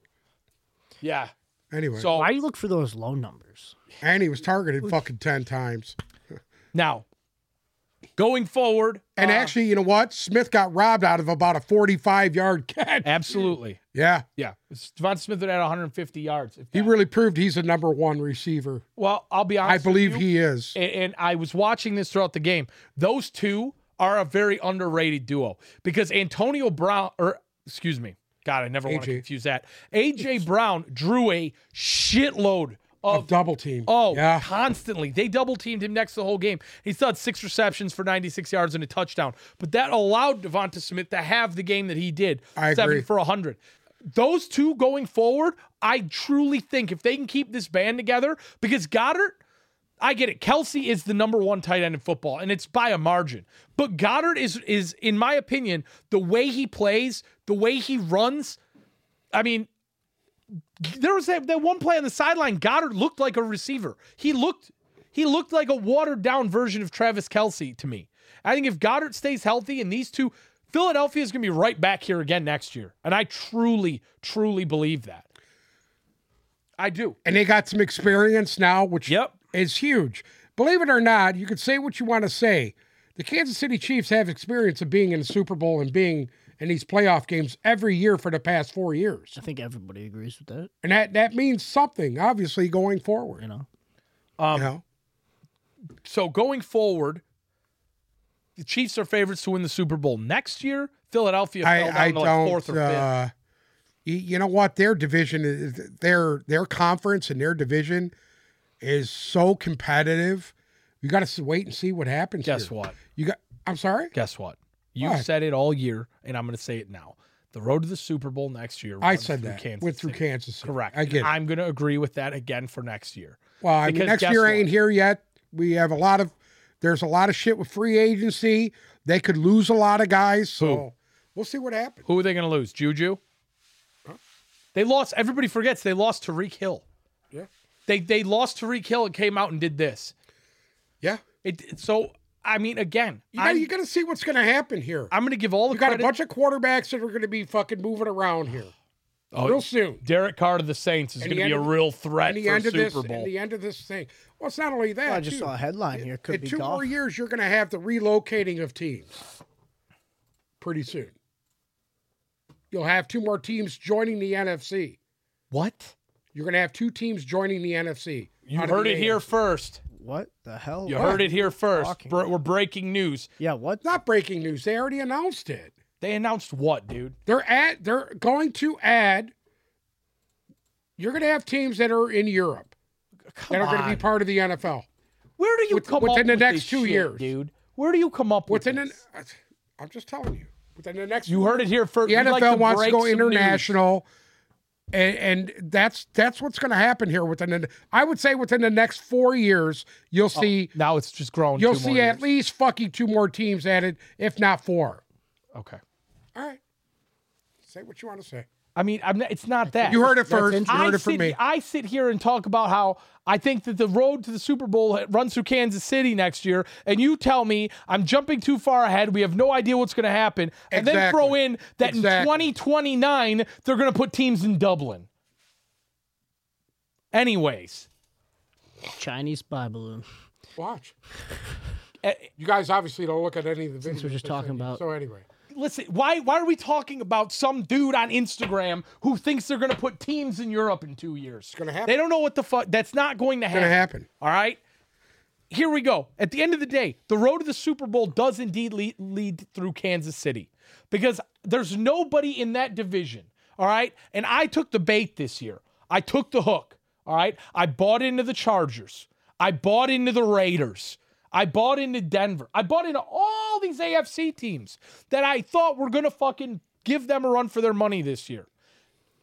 S1: Yeah.
S2: Anyway,
S1: So
S3: Why do you look for those low numbers?
S2: and he was targeted fucking 10 times.
S1: now, Going forward, uh,
S2: And actually, you know what? Smith got robbed out of about a 45 yard catch.
S1: absolutely.
S2: Yeah.
S1: Yeah. Devonta Smith would add 150 yards. if
S2: He
S1: that-
S2: really proved he's a number one receiver.
S1: well, I'll be
S2: I
S1: honest. with
S2: believe
S1: you.
S2: he is.
S1: and, and I was watching this throughout the game. Those two are a very underrated duo because Antonio Brown, or excuse me, God, I never want to
S2: AJ.
S1: confuse that. AJ Brown drew a shitload of.
S2: Of double team.
S1: Oh,
S2: yeah.
S1: constantly. They double teamed him next the whole game. He still had six receptions for 96 yards and a touchdown. But that allowed Devonta Smith to have the game that he did.
S2: I
S1: seven
S2: agree.
S1: for 100. Those two going forward, I truly think if they can keep this band together, because Goddard, I get it. Kelsey is the number one tight end in football, and it's by a margin. But Goddard is is, in my opinion, the way he plays, the way he runs. I mean, there was that, that one play on the sideline. Goddard looked like a receiver. He looked he looked like a watered down version of Travis Kelsey to me. I think if Goddard stays healthy and these two, Philadelphia is going to be right back here again next year, and I truly truly believe that. I do.
S2: And they got some experience now, which
S1: Yep.
S2: is huge. Believe it or not, you can say what you want to say. The Kansas City Chiefs have experience of being in the Super Bowl and being in these playoff games every year for the past four years.
S3: I think everybody agrees with that.
S2: And that, that means something, obviously, going forward.
S3: You know,
S2: you
S1: um,
S2: know?
S1: so going forward, the Chiefs are favorites to win the Super Bowl next year. Philadelphia fell down
S2: I, I
S1: to like fourth
S2: don't.
S1: or fifth.
S2: Uh, you, you know what? Their division, is, their their conference, and their division is so competitive. You got to wait and see what happens.
S1: Guess
S2: here.
S1: what?
S2: You got. I'm sorry.
S1: Guess what? You
S2: What?
S1: said it all year, and I'm going to say it now. The road to the Super Bowl next year.
S2: I
S1: runs
S2: said
S1: um, through
S2: that.
S1: Kansas
S2: Went through
S1: City.
S2: Kansas. City.
S1: Correct.
S2: I get. It.
S1: I'm going to agree with that again for next year.
S2: Well, I mean,
S1: because
S2: next
S1: guess
S2: year
S1: what?
S2: ain't here yet. We have a lot of. There's a lot of shit with free agency. They could lose a lot of guys. So we'll see what happens.
S1: Who are they going to lose? Juju. They lost. Everybody forgets they lost Tariq Hill.
S2: Yeah.
S1: They they lost Tariq Hill and came out and did this.
S2: Yeah.
S1: It so I mean again,
S2: You got.
S1: I'm,
S2: You got to see what's going to happen here.
S1: I'm going to give all the
S2: You got a
S1: credit.
S2: bunch of quarterbacks that are going to be fucking moving around here
S1: Oh,
S2: real soon.
S1: Derek Carr to the Saints is
S2: And
S1: going to
S2: the
S1: be a
S2: end of-
S1: real threat
S2: and the
S1: for
S2: end
S1: Super
S2: of this,
S1: Bowl.
S2: and the end of this thing. Well, it's not only that.
S3: I just
S2: too.
S3: saw a headline here. Could
S2: In
S3: be
S2: two
S3: golf.
S2: more years, you're going to have the relocating of teams. Pretty soon, you'll have two more teams joining the NFC.
S1: what?
S2: You're going to have two teams joining the NFC.
S1: You
S2: out of
S1: heard
S2: the
S1: it here
S2: AFC.
S1: first.
S3: What the hell?
S1: You heard it here first.
S3: Talking.
S1: Bre- we're breaking news.
S3: Yeah. What?
S2: Not breaking news. They already announced it.
S1: They announced what, dude?
S2: They're at. They're going to add. You're going to have teams that are in Europe
S1: Come
S2: that are going
S1: on.
S2: to be part of the NFL.
S1: Where do you
S2: with-
S1: come
S2: within
S1: up
S2: the
S1: with
S2: next
S1: this
S2: two
S1: shit,
S2: years.
S1: dude? Where do you come up with
S2: Within an,
S1: this?
S2: I'm just telling you. Within the next
S1: You heard it here first.
S2: the
S1: We'd
S2: NFL
S1: like to
S2: wants to
S1: break
S2: go
S1: some news.
S2: international, and, and that's that's what's going to happen here within. The, I would say within the next four years, you'll see
S1: Now it's just growing.
S2: you'll
S1: two Oh, more
S2: see at
S1: years.
S2: least fucking two more teams added, if not four.
S1: Okay.
S2: All right, say what you want to say.
S1: I mean, I'm not, it's not that.
S2: You heard it first. You
S3: interesting.
S2: heard
S1: I
S2: it from
S1: sit,
S2: me.
S1: I sit here and talk about how I think that the road to the Super Bowl runs through Kansas City next year, and you tell me I'm jumping too far ahead. We have no idea what's going to happen, and then
S2: Exactly.
S1: throw in that in
S2: Exactly.
S1: 2029 they're going to put teams in Dublin. Anyways,
S3: Chinese spy balloon.
S2: Watch.
S1: eh,
S2: You guys obviously don't look at any of the videos.
S3: we're just
S2: they
S3: talking
S2: send you.
S3: about-
S2: So anyway,
S1: listen, why why are we talking about some dude on Instagram who thinks they're going to put teams in Europe in two years? It's
S2: gonna happen.
S1: They don't know what the fuck. That's not going to
S2: going
S1: happen.
S2: to happen.
S1: All right. Here we go. At the end of the day, the road to the Super Bowl does indeed lead, lead through Kansas City because there's nobody in that division. All right. And I took the bait this year. I took the hook. All right. I bought into the Chargers. I bought into the Raiders. I bought into Denver. I bought into all these AFC teams that I thought were going to fucking give them a run for their money this year.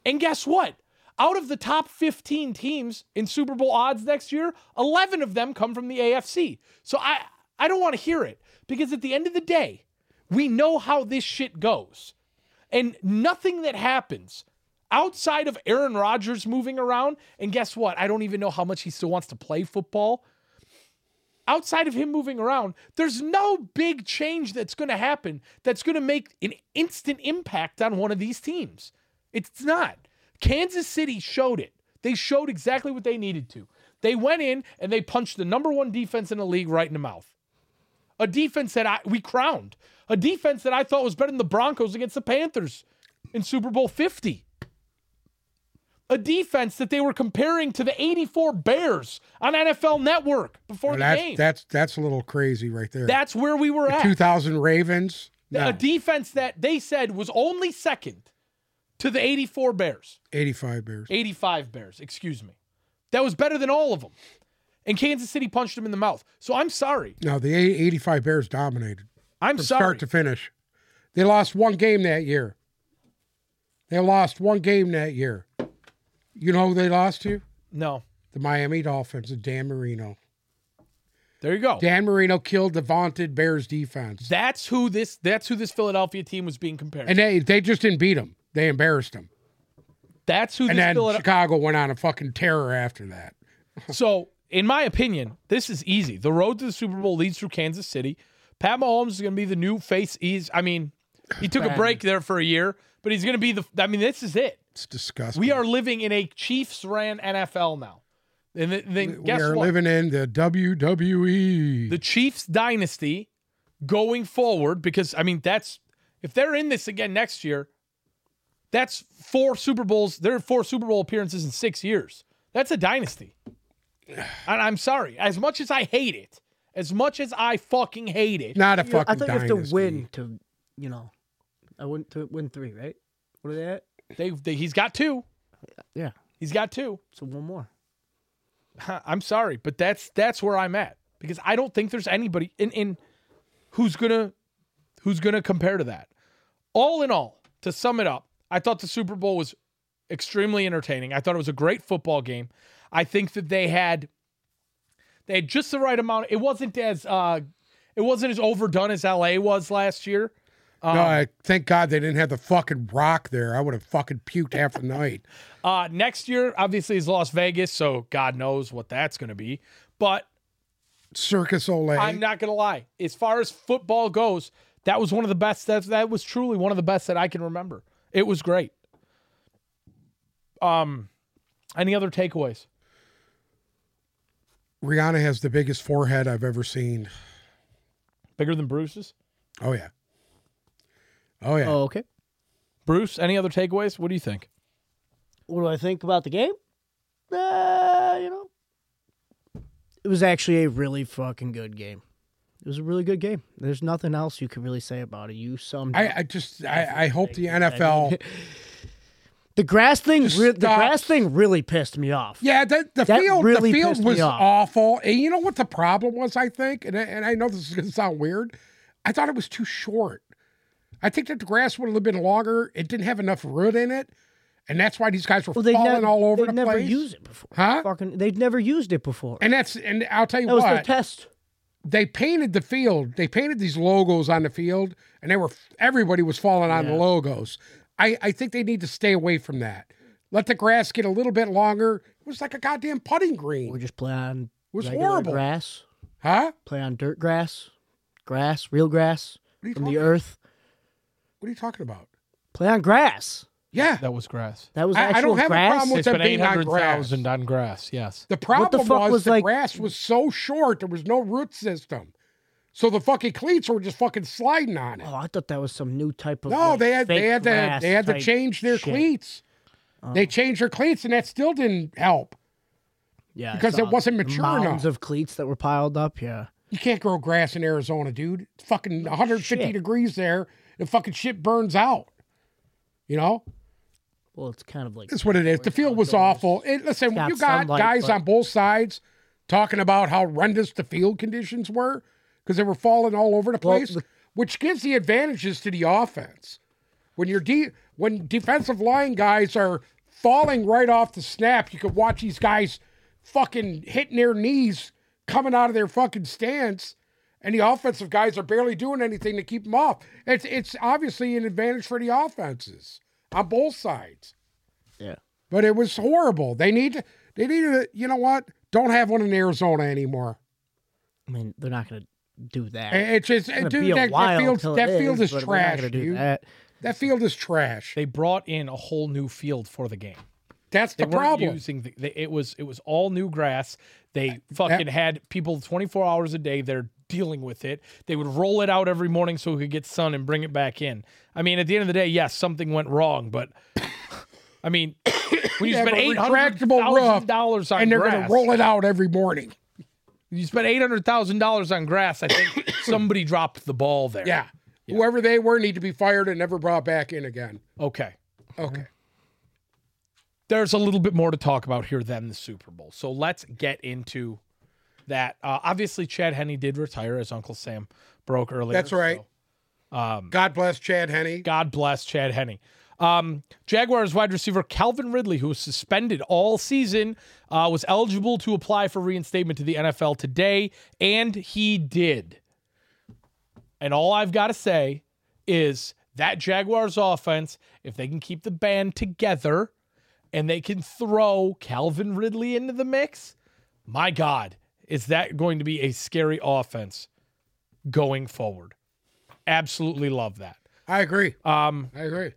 S1: And guess what? Out of the top 15 teams in Super Bowl odds next year, 11 of them come from the AFC. So I I don't want to hear it because at the end of the day, we know how this shit goes. And nothing that happens outside of Aaron Rodgers moving around, and guess what? I don't even know how much he still wants to play football. Outside of him moving around, there's no big change that's going to happen that's going to make an instant impact on one of these teams. It's not. Kansas City showed it. They showed exactly what they needed to. They went in and they punched the number one defense in the league right in the mouth. a defense that I we crowned, a defense that I thought was better than the Broncos against the Panthers in Super Bowl 50. A defense that they were comparing to the 84 Bears on NFL Network before the
S2: that's,
S1: game.
S2: that's that's a little crazy right there.
S1: That's where we were at.
S2: 2000 Ravens.
S1: A
S2: No,
S1: defense that they said was only second to the 84 Bears,
S2: 85 Bears.
S1: 85 Bears, excuse me. That was better than all of them. And Kansas City punched them in the mouth. So I'm sorry.
S2: No, the 85 Bears dominated
S1: I'm
S2: from
S1: sorry.
S2: start to finish. They lost one game that year. They lost one game that year. You know who they lost to?
S1: no.
S2: The Miami Dolphins and Dan Marino.
S1: There you go.
S2: Dan Marino killed the vaunted Bears defense.
S1: That's who this that's who this Philadelphia team was being compared.
S2: And
S1: to.
S2: they, they just didn't beat them. They embarrassed them.
S1: That's who this
S2: And then
S1: Philadelphia
S2: Chicago went on a fucking terror after that.
S1: So, in my opinion, this is easy. The road to the Super Bowl leads through Kansas City. Pat Mahomes is going to be the new face. He's, I mean, he took a break there for a year, but he's going to be the. I mean, this is it.
S2: It's disgusting.
S1: We are living in a Chiefs ran NFL now. And then, then
S2: we
S1: guess
S2: are
S1: what?
S2: living in the E. WWE.
S1: the Chiefs dynasty going forward, because, I mean, that's, if they're in this again next year, that's four Super Bowls. There are four Super Bowl appearances in six years. That's a dynasty. And I'm sorry. As much as I hate it, as much as I fucking hate it,
S2: Not a
S3: You know,
S2: fucking
S3: I thought you have
S2: dynasty.
S3: to win to, you know, I win to win three, right? What are they at?
S1: they, they, he's got two.
S3: Yeah.
S1: He's got two.
S3: So one more.
S1: I'm sorry, but that's that's where I'm at because I don't think there's anybody in in who's gonna who's gonna compare to that. All in all, to sum it up, I thought the Super Bowl was extremely entertaining. I thought it was a great football game. I think that they had they had just the right amount. It wasn't as uh it wasn't as overdone as LA was last year. um,
S2: no, I, thank God they didn't have the fucking rock there. I would have fucking puked half the night.
S1: Uh, next year, obviously, is Las Vegas, so God knows what that's going to be. But
S2: Circus Olay.
S1: I'm not gonna lie. As far as football goes, that was one of the best. That that was truly one of the best that I can remember. It was great. Um, any other takeaways?
S2: Rihanna has the biggest forehead I've ever seen.
S1: Bigger than Bruce's?
S2: Oh yeah. Oh yeah.
S3: Oh, okay.
S1: Bruce, any other takeaways? What do you think?
S3: What do I think about the game? Uh, you know, it was actually a really fucking good game. It was a really good game. There's nothing else you can really say about it. You summed
S2: I, I just I, I hope the NFL.
S3: the grass thing.
S2: Just
S3: Re- the
S2: stop.
S3: grass thing really pissed me off.
S2: Yeah, the, the
S3: That
S2: field
S3: really
S2: the
S3: pissed
S2: field
S3: me
S2: was
S3: off.
S2: awful. And you know what the problem was? I think, and I, and I know this is gonna sound weird. I thought it was too short. I think that the grass would have been longer. It didn't have enough root in it, and that's why these guys were
S3: Well, they
S2: falling
S3: never,
S2: all over
S3: they'd
S2: the
S3: never
S2: place.
S3: used it before.
S2: Huh?
S3: Fucking, they'd never used it before.
S2: and that's and I'll tell you
S3: that was
S2: what.
S3: their test.
S2: they painted the field. They painted these logos on the field, and they were everybody was falling on the logos. I, I think they need to stay away from that. Let the grass get a little bit longer. It was like a goddamn putting
S3: We
S2: green,
S3: just play on
S2: was
S3: regular
S2: horrible.
S3: grass.
S2: huh?
S3: Play on dirt grass, grass, real grass
S2: What are you
S3: from
S2: talking?
S3: the earth.
S2: What are you talking about?
S3: Play on grass.
S2: Yeah,
S1: That was grass.
S3: That was
S2: I- I don't
S3: actual
S2: have a
S3: grass.
S2: problem with
S1: It's
S2: that
S1: been eight
S2: being on
S1: hundred thousand
S2: grass.
S1: on grass. Yes.
S2: the problem
S3: fuck
S2: was,
S3: was,
S2: the
S3: like-
S2: grass was so short. There was no root system, so the fucking cleats were just fucking sliding on it.
S3: Oh, I thought that was some new type of.
S2: No,
S3: like,
S2: they had they
S3: fake
S2: had to
S3: grass
S2: they had to
S3: type
S2: change their
S3: shit. Oh.
S2: cleats. They changed their cleats, and that still didn't help
S3: Yeah, I
S2: because it
S3: saw
S2: wasn't
S3: the
S2: mature
S3: mounds
S2: enough.
S3: of cleats that were piled up. Yeah,
S2: you can't grow grass in Arizona, dude. It's fucking 150
S3: Shit.
S2: degrees there. The fucking shit burns out. You know,
S3: well, it's kind of like
S2: that's what it is. The field was awful. And listen,
S3: got
S2: you got
S3: sunlight,
S2: guys
S3: but-
S2: on both sides talking about how horrendous the field conditions were because they were falling all over the
S3: Well,
S2: place,
S3: the-
S2: which gives the advantages to the offense. When your de- when defensive line guys are falling right off the snap, you could watch these guys fucking hitting their knees coming out of their fucking stance, and the offensive guys are barely doing anything to keep them off. It's it's obviously an advantage for the offenses on both sides.
S3: Yeah.
S2: But it was horrible. They need to, they need to, you know what? Don't have one in Arizona anymore.
S3: I mean, they're not gonna do that.
S2: It's just,
S3: It's gonna be
S2: dude,
S3: a
S2: that, that
S3: while
S2: field,
S3: till it
S2: that field is
S3: but we're not
S2: trash,
S3: gonna do
S2: dude. That.
S3: that.
S2: field is trash.
S1: They brought in a whole new field for the game.
S2: That's
S1: They
S2: the
S1: weren't
S2: problem. Uh,
S1: using the, they, it was it was all new grass. They fucking had people 24 hours a day there dealing with it. They would roll it out every morning so we could get sun and bring it back in. I mean, at the end of the day, yes, something went wrong, but I mean, when you
S2: Yeah,
S1: spend
S2: but
S1: eight hundred
S2: retractable roof,
S1: thousand dollars on
S2: and they're going
S1: uh, grass,
S2: to roll it out every morning.
S1: you spend eight hundred thousand dollars on grass. I think somebody dropped the ball there.
S2: Yeah. Whoever they were need to be fired and never brought back in again.
S1: Okay.
S2: Okay.
S1: there's a little bit more to talk about here than the Super Bowl. So let's get into that. Uh, obviously, Chad Henney did retire, as Uncle Sam broke earlier.
S2: That's right.
S1: so
S2: God bless Chad Henney.
S1: God bless Chad Henney. Um, Jaguars wide receiver Calvin Ridley, who was suspended all season, uh, was eligible to apply for reinstatement to the NFL today, and he did. And all I've got to say is that Jaguars offense, if they can keep the band together and they can throw Calvin Ridley into the mix, my God, is that going to be a scary offense going forward? Absolutely love that.
S2: I agree.
S1: Um,
S2: I agree.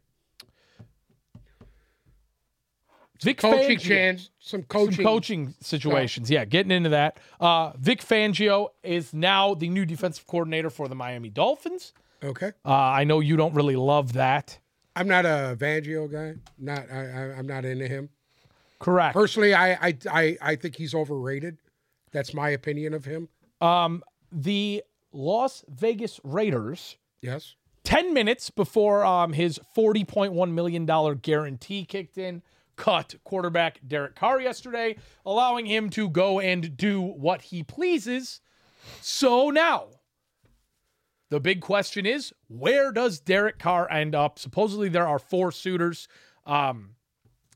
S1: Vic
S2: Coaching
S1: Fangio,
S2: chance, some
S1: some
S2: coaching.
S1: coaching situations. Yeah, getting into that. Uh, Vic Fangio is now the new defensive coordinator for the Miami Dolphins.
S2: Okay.
S1: Uh, I know you don't really love that.
S2: I'm not a Vangio guy. Not I, I, I'm not into him
S1: Correct.
S2: personally. I, I I I think he's overrated. That's my opinion of him.
S1: Um, the Las Vegas Raiders,
S2: Yes.
S1: 10 minutes before um, his $40.1 million guarantee kicked in, cut quarterback Derek Carr yesterday, allowing him to go and do what he pleases. So now, the big question is where does Derek Carr end up? Supposedly, there are four suitors, um,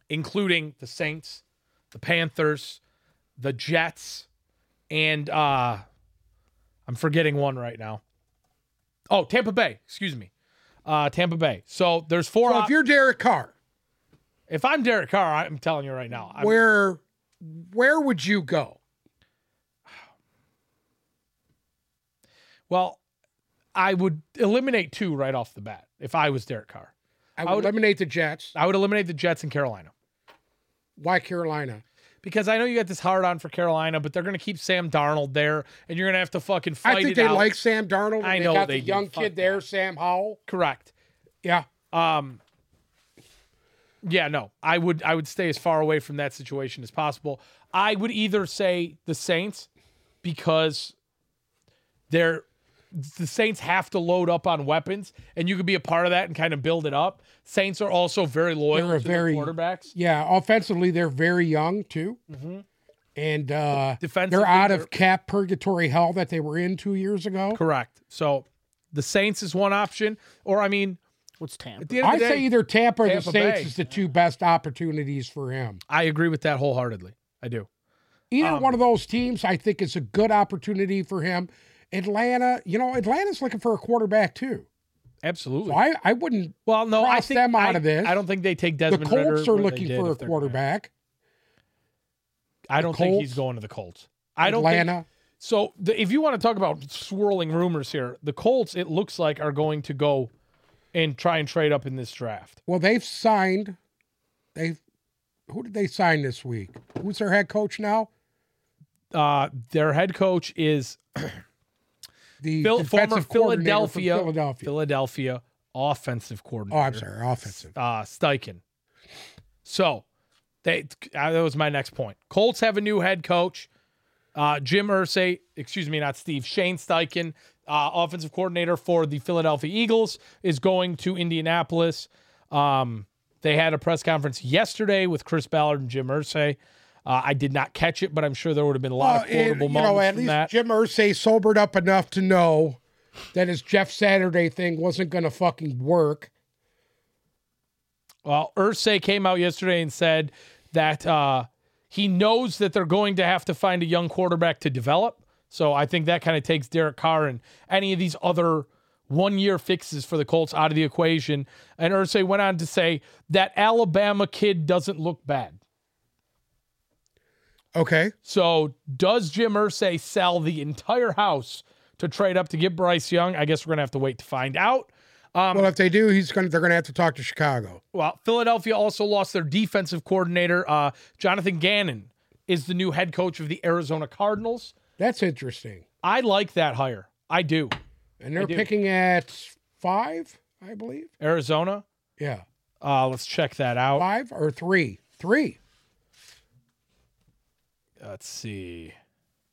S1: including the Saints, the Panthers, the Jets, and uh, I'm forgetting one right now. Oh, Tampa Bay. Excuse me. Uh, Tampa Bay. So there's four.
S2: So
S1: op-
S2: if you're Derek Carr,
S1: if I'm Derek Carr, I'm telling you right now, I'm,
S2: where where would you go?
S1: well, I would eliminate two right off the bat if I was Derek Carr.
S2: I would,
S1: would-
S2: eliminate the Jets.
S1: I would eliminate the Jets in Carolina
S2: Why Carolina?
S1: because I know you got this hard on for Carolina, but they're going to keep Sam Darnold there, and you're going to have to fucking fight
S2: I think
S1: it
S2: they
S1: out.
S2: like Sam Darnold. and
S1: I
S2: they
S1: know
S2: got
S1: they
S2: the
S1: do.
S2: young
S1: Fuck
S2: kid there, Sam Howell.
S1: correct.
S2: Yeah.
S1: Um, yeah, no, I would I would stay as far away from that situation as possible. I would either say the Saints because they're the Saints have to load up on weapons, and you could be a part of that and kind of build it up. Saints are also very loyal
S2: They're a
S1: to their
S2: very-
S1: quarterbacks.
S2: Yeah, offensively they're very young too, and uh,
S1: Mm-hmm. Defensively,
S2: they're out
S1: they're-
S2: of cap purgatory hell that they were in two years ago.
S1: Correct. So the Saints is one option, or I mean,
S3: What's Tampa?
S1: at the end of
S2: I
S1: the day,
S2: say either Tampa or
S1: Tampa
S2: the Saints
S1: Bay.
S2: is the two best opportunities for him.
S1: I agree with that wholeheartedly. I do.
S2: Either
S1: Um,
S2: one of those teams, I think, is a good opportunity for him. Atlanta, you know, Atlanta's looking for a quarterback too.
S1: Absolutely.
S2: So I, I wouldn't.
S1: Well, no, I
S2: Cross
S1: think
S2: them out
S1: I,
S2: of this.
S1: I don't think they take
S2: The
S1: Desmond.
S2: Colts
S1: Ritter
S2: are
S1: where they
S2: looking
S1: did
S2: for a
S1: if they're gonna-
S2: quarterback.
S1: I don't think he's
S2: Colts.
S1: going to the Colts. I don't think
S2: Atlanta.
S1: so. The, if you want to talk about swirling rumors here, the Colts it looks like are going to go and try and trade up in this draft.
S2: Well, they've signed. They've. Who did they sign this week? Who's their head coach now?
S1: Uh, their head coach is
S2: The
S1: Phil, former
S2: defensive coordinator from
S1: Philadelphia,
S2: Philadelphia.
S1: Philadelphia offensive coordinator.
S2: Oh, I'm sorry, offensive.
S1: uh, Steichen. So they, uh, that was my next point. Colts have a new head coach, uh, Jim Irsay, excuse me, not Steve, Shane Steichen, uh, offensive coordinator for the Philadelphia Eagles, is going to Indianapolis. Um, they had a press conference yesterday with Chris Ballard and Jim Irsay. Uh, I did not catch it, but I'm sure there would have been a lot
S2: Uh,
S1: of
S2: and,
S1: quotable
S2: you
S1: moments
S2: know, at
S1: from
S2: least
S1: that.
S2: Jim Irsay sobered up enough to know that his Jeff Saturday thing wasn't going to fucking work.
S1: Well, Ursay came out yesterday and said that uh, he knows that they're going to have to find a young quarterback to develop. So I think that kind of takes Derek Carr and any of these other one year fixes for the Colts out of the equation. And Ursay went on to say that Alabama kid doesn't look bad.
S2: Okay,
S1: So does Jim Ursay sell the entire house to trade up to get Bryce Young? I guess we're going to have to wait to find out.
S2: well, if they do, he's going. to They're going to have to talk to Chicago.
S1: Well, Philadelphia also lost their defensive coordinator. Uh, Jonathan Gannon is the new head coach of the Arizona Cardinals.
S2: That's interesting.
S1: I like that hire. I do.
S2: And they're
S1: do.
S2: picking at five, I believe.
S1: Arizona.
S2: Yeah.
S1: Uh, let's check that out.
S2: Five or three? Three.
S1: Let's see.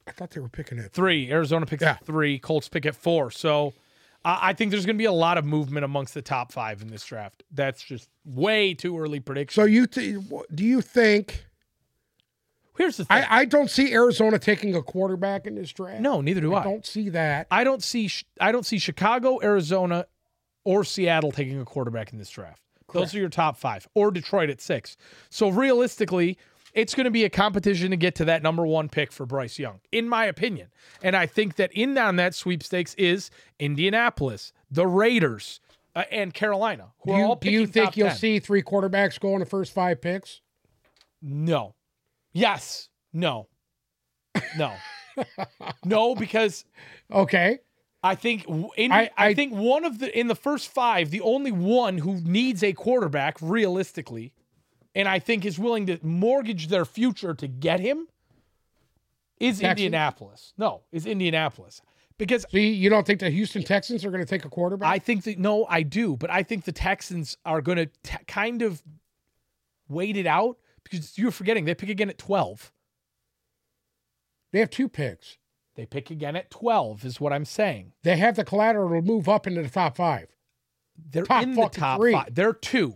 S2: I thought they were picking at
S1: Three. Arizona picks
S2: Yeah.
S1: at three. Colts pick at four. So I I think there's going to be a lot of movement amongst the top five in this draft. That's just way too early prediction.
S2: So you th- do you think
S1: Here's the thing.
S2: I, I don't see Arizona taking a quarterback in this draft?
S1: no, neither do
S2: I
S1: I.
S2: don't see that.
S1: I don't see Ch- I don't see Chicago, Arizona, or Seattle taking a quarterback in this draft. Those are your top five, or Detroit at six. So realistically, it's going to be a competition to get to that number one pick for Bryce Young, in my opinion. And I think that in on that sweepstakes is Indianapolis, the Raiders, uh, and Carolina, who
S2: Do
S1: are
S2: you,
S1: all
S2: do you
S1: picking
S2: think
S1: top
S2: you'll
S1: 10.
S2: see three quarterbacks go in the first five picks?
S1: No. Yes. No. No. no, because
S2: Okay.
S1: I think w- in, I,
S2: I- I-
S1: think one of the in the first five, the only one who needs a quarterback realistically, and I think is willing to mortgage their future to get him, is
S2: Texans?
S1: Indianapolis. No, is Indianapolis because
S2: So you, you don't think the Houston Texans are going to take a quarterback?
S1: I think that no, I do, but I think the Texans are going to t- kind of wait it out because you're forgetting they pick again at twelve.
S2: they have two picks.
S1: They pick again at twelve is what I'm saying.
S2: They have the collateral to move up into the top five.
S1: They're
S2: Top
S1: in the
S2: fucking
S1: top
S2: three.
S1: five. They're two.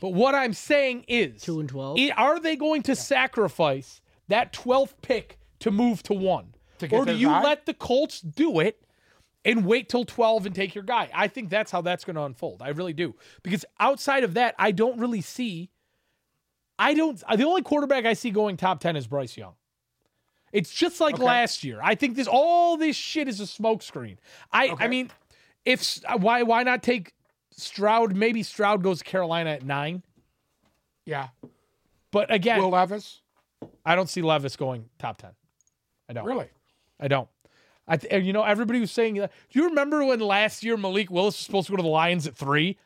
S1: But what I'm saying is
S3: Two and twelve.
S1: I- Are they going to sacrifice that 12th pick to move to one?
S2: To get
S1: Or do
S2: their
S1: you
S2: guy?
S1: let the Colts do it and wait till 12 and take your guy? I think that's how that's going to unfold. I really do. Because outside of that, I don't really see. I don't. The only quarterback I see going top 10 is Bryce Young. It's just like
S2: Okay.
S1: last year. I think this all this shit is a smokescreen. I I
S2: Okay.
S1: mean, if s- uh, why why not take Stroud? Maybe Stroud goes to Carolina at nine.
S2: Yeah.
S1: But again,
S2: Will Levis?
S1: I don't see Levis going top ten. I don't.
S2: Really?
S1: I don't. I th- and you know everybody was saying that. Do you remember when last year Malik Willis was supposed to go to the Lions at three,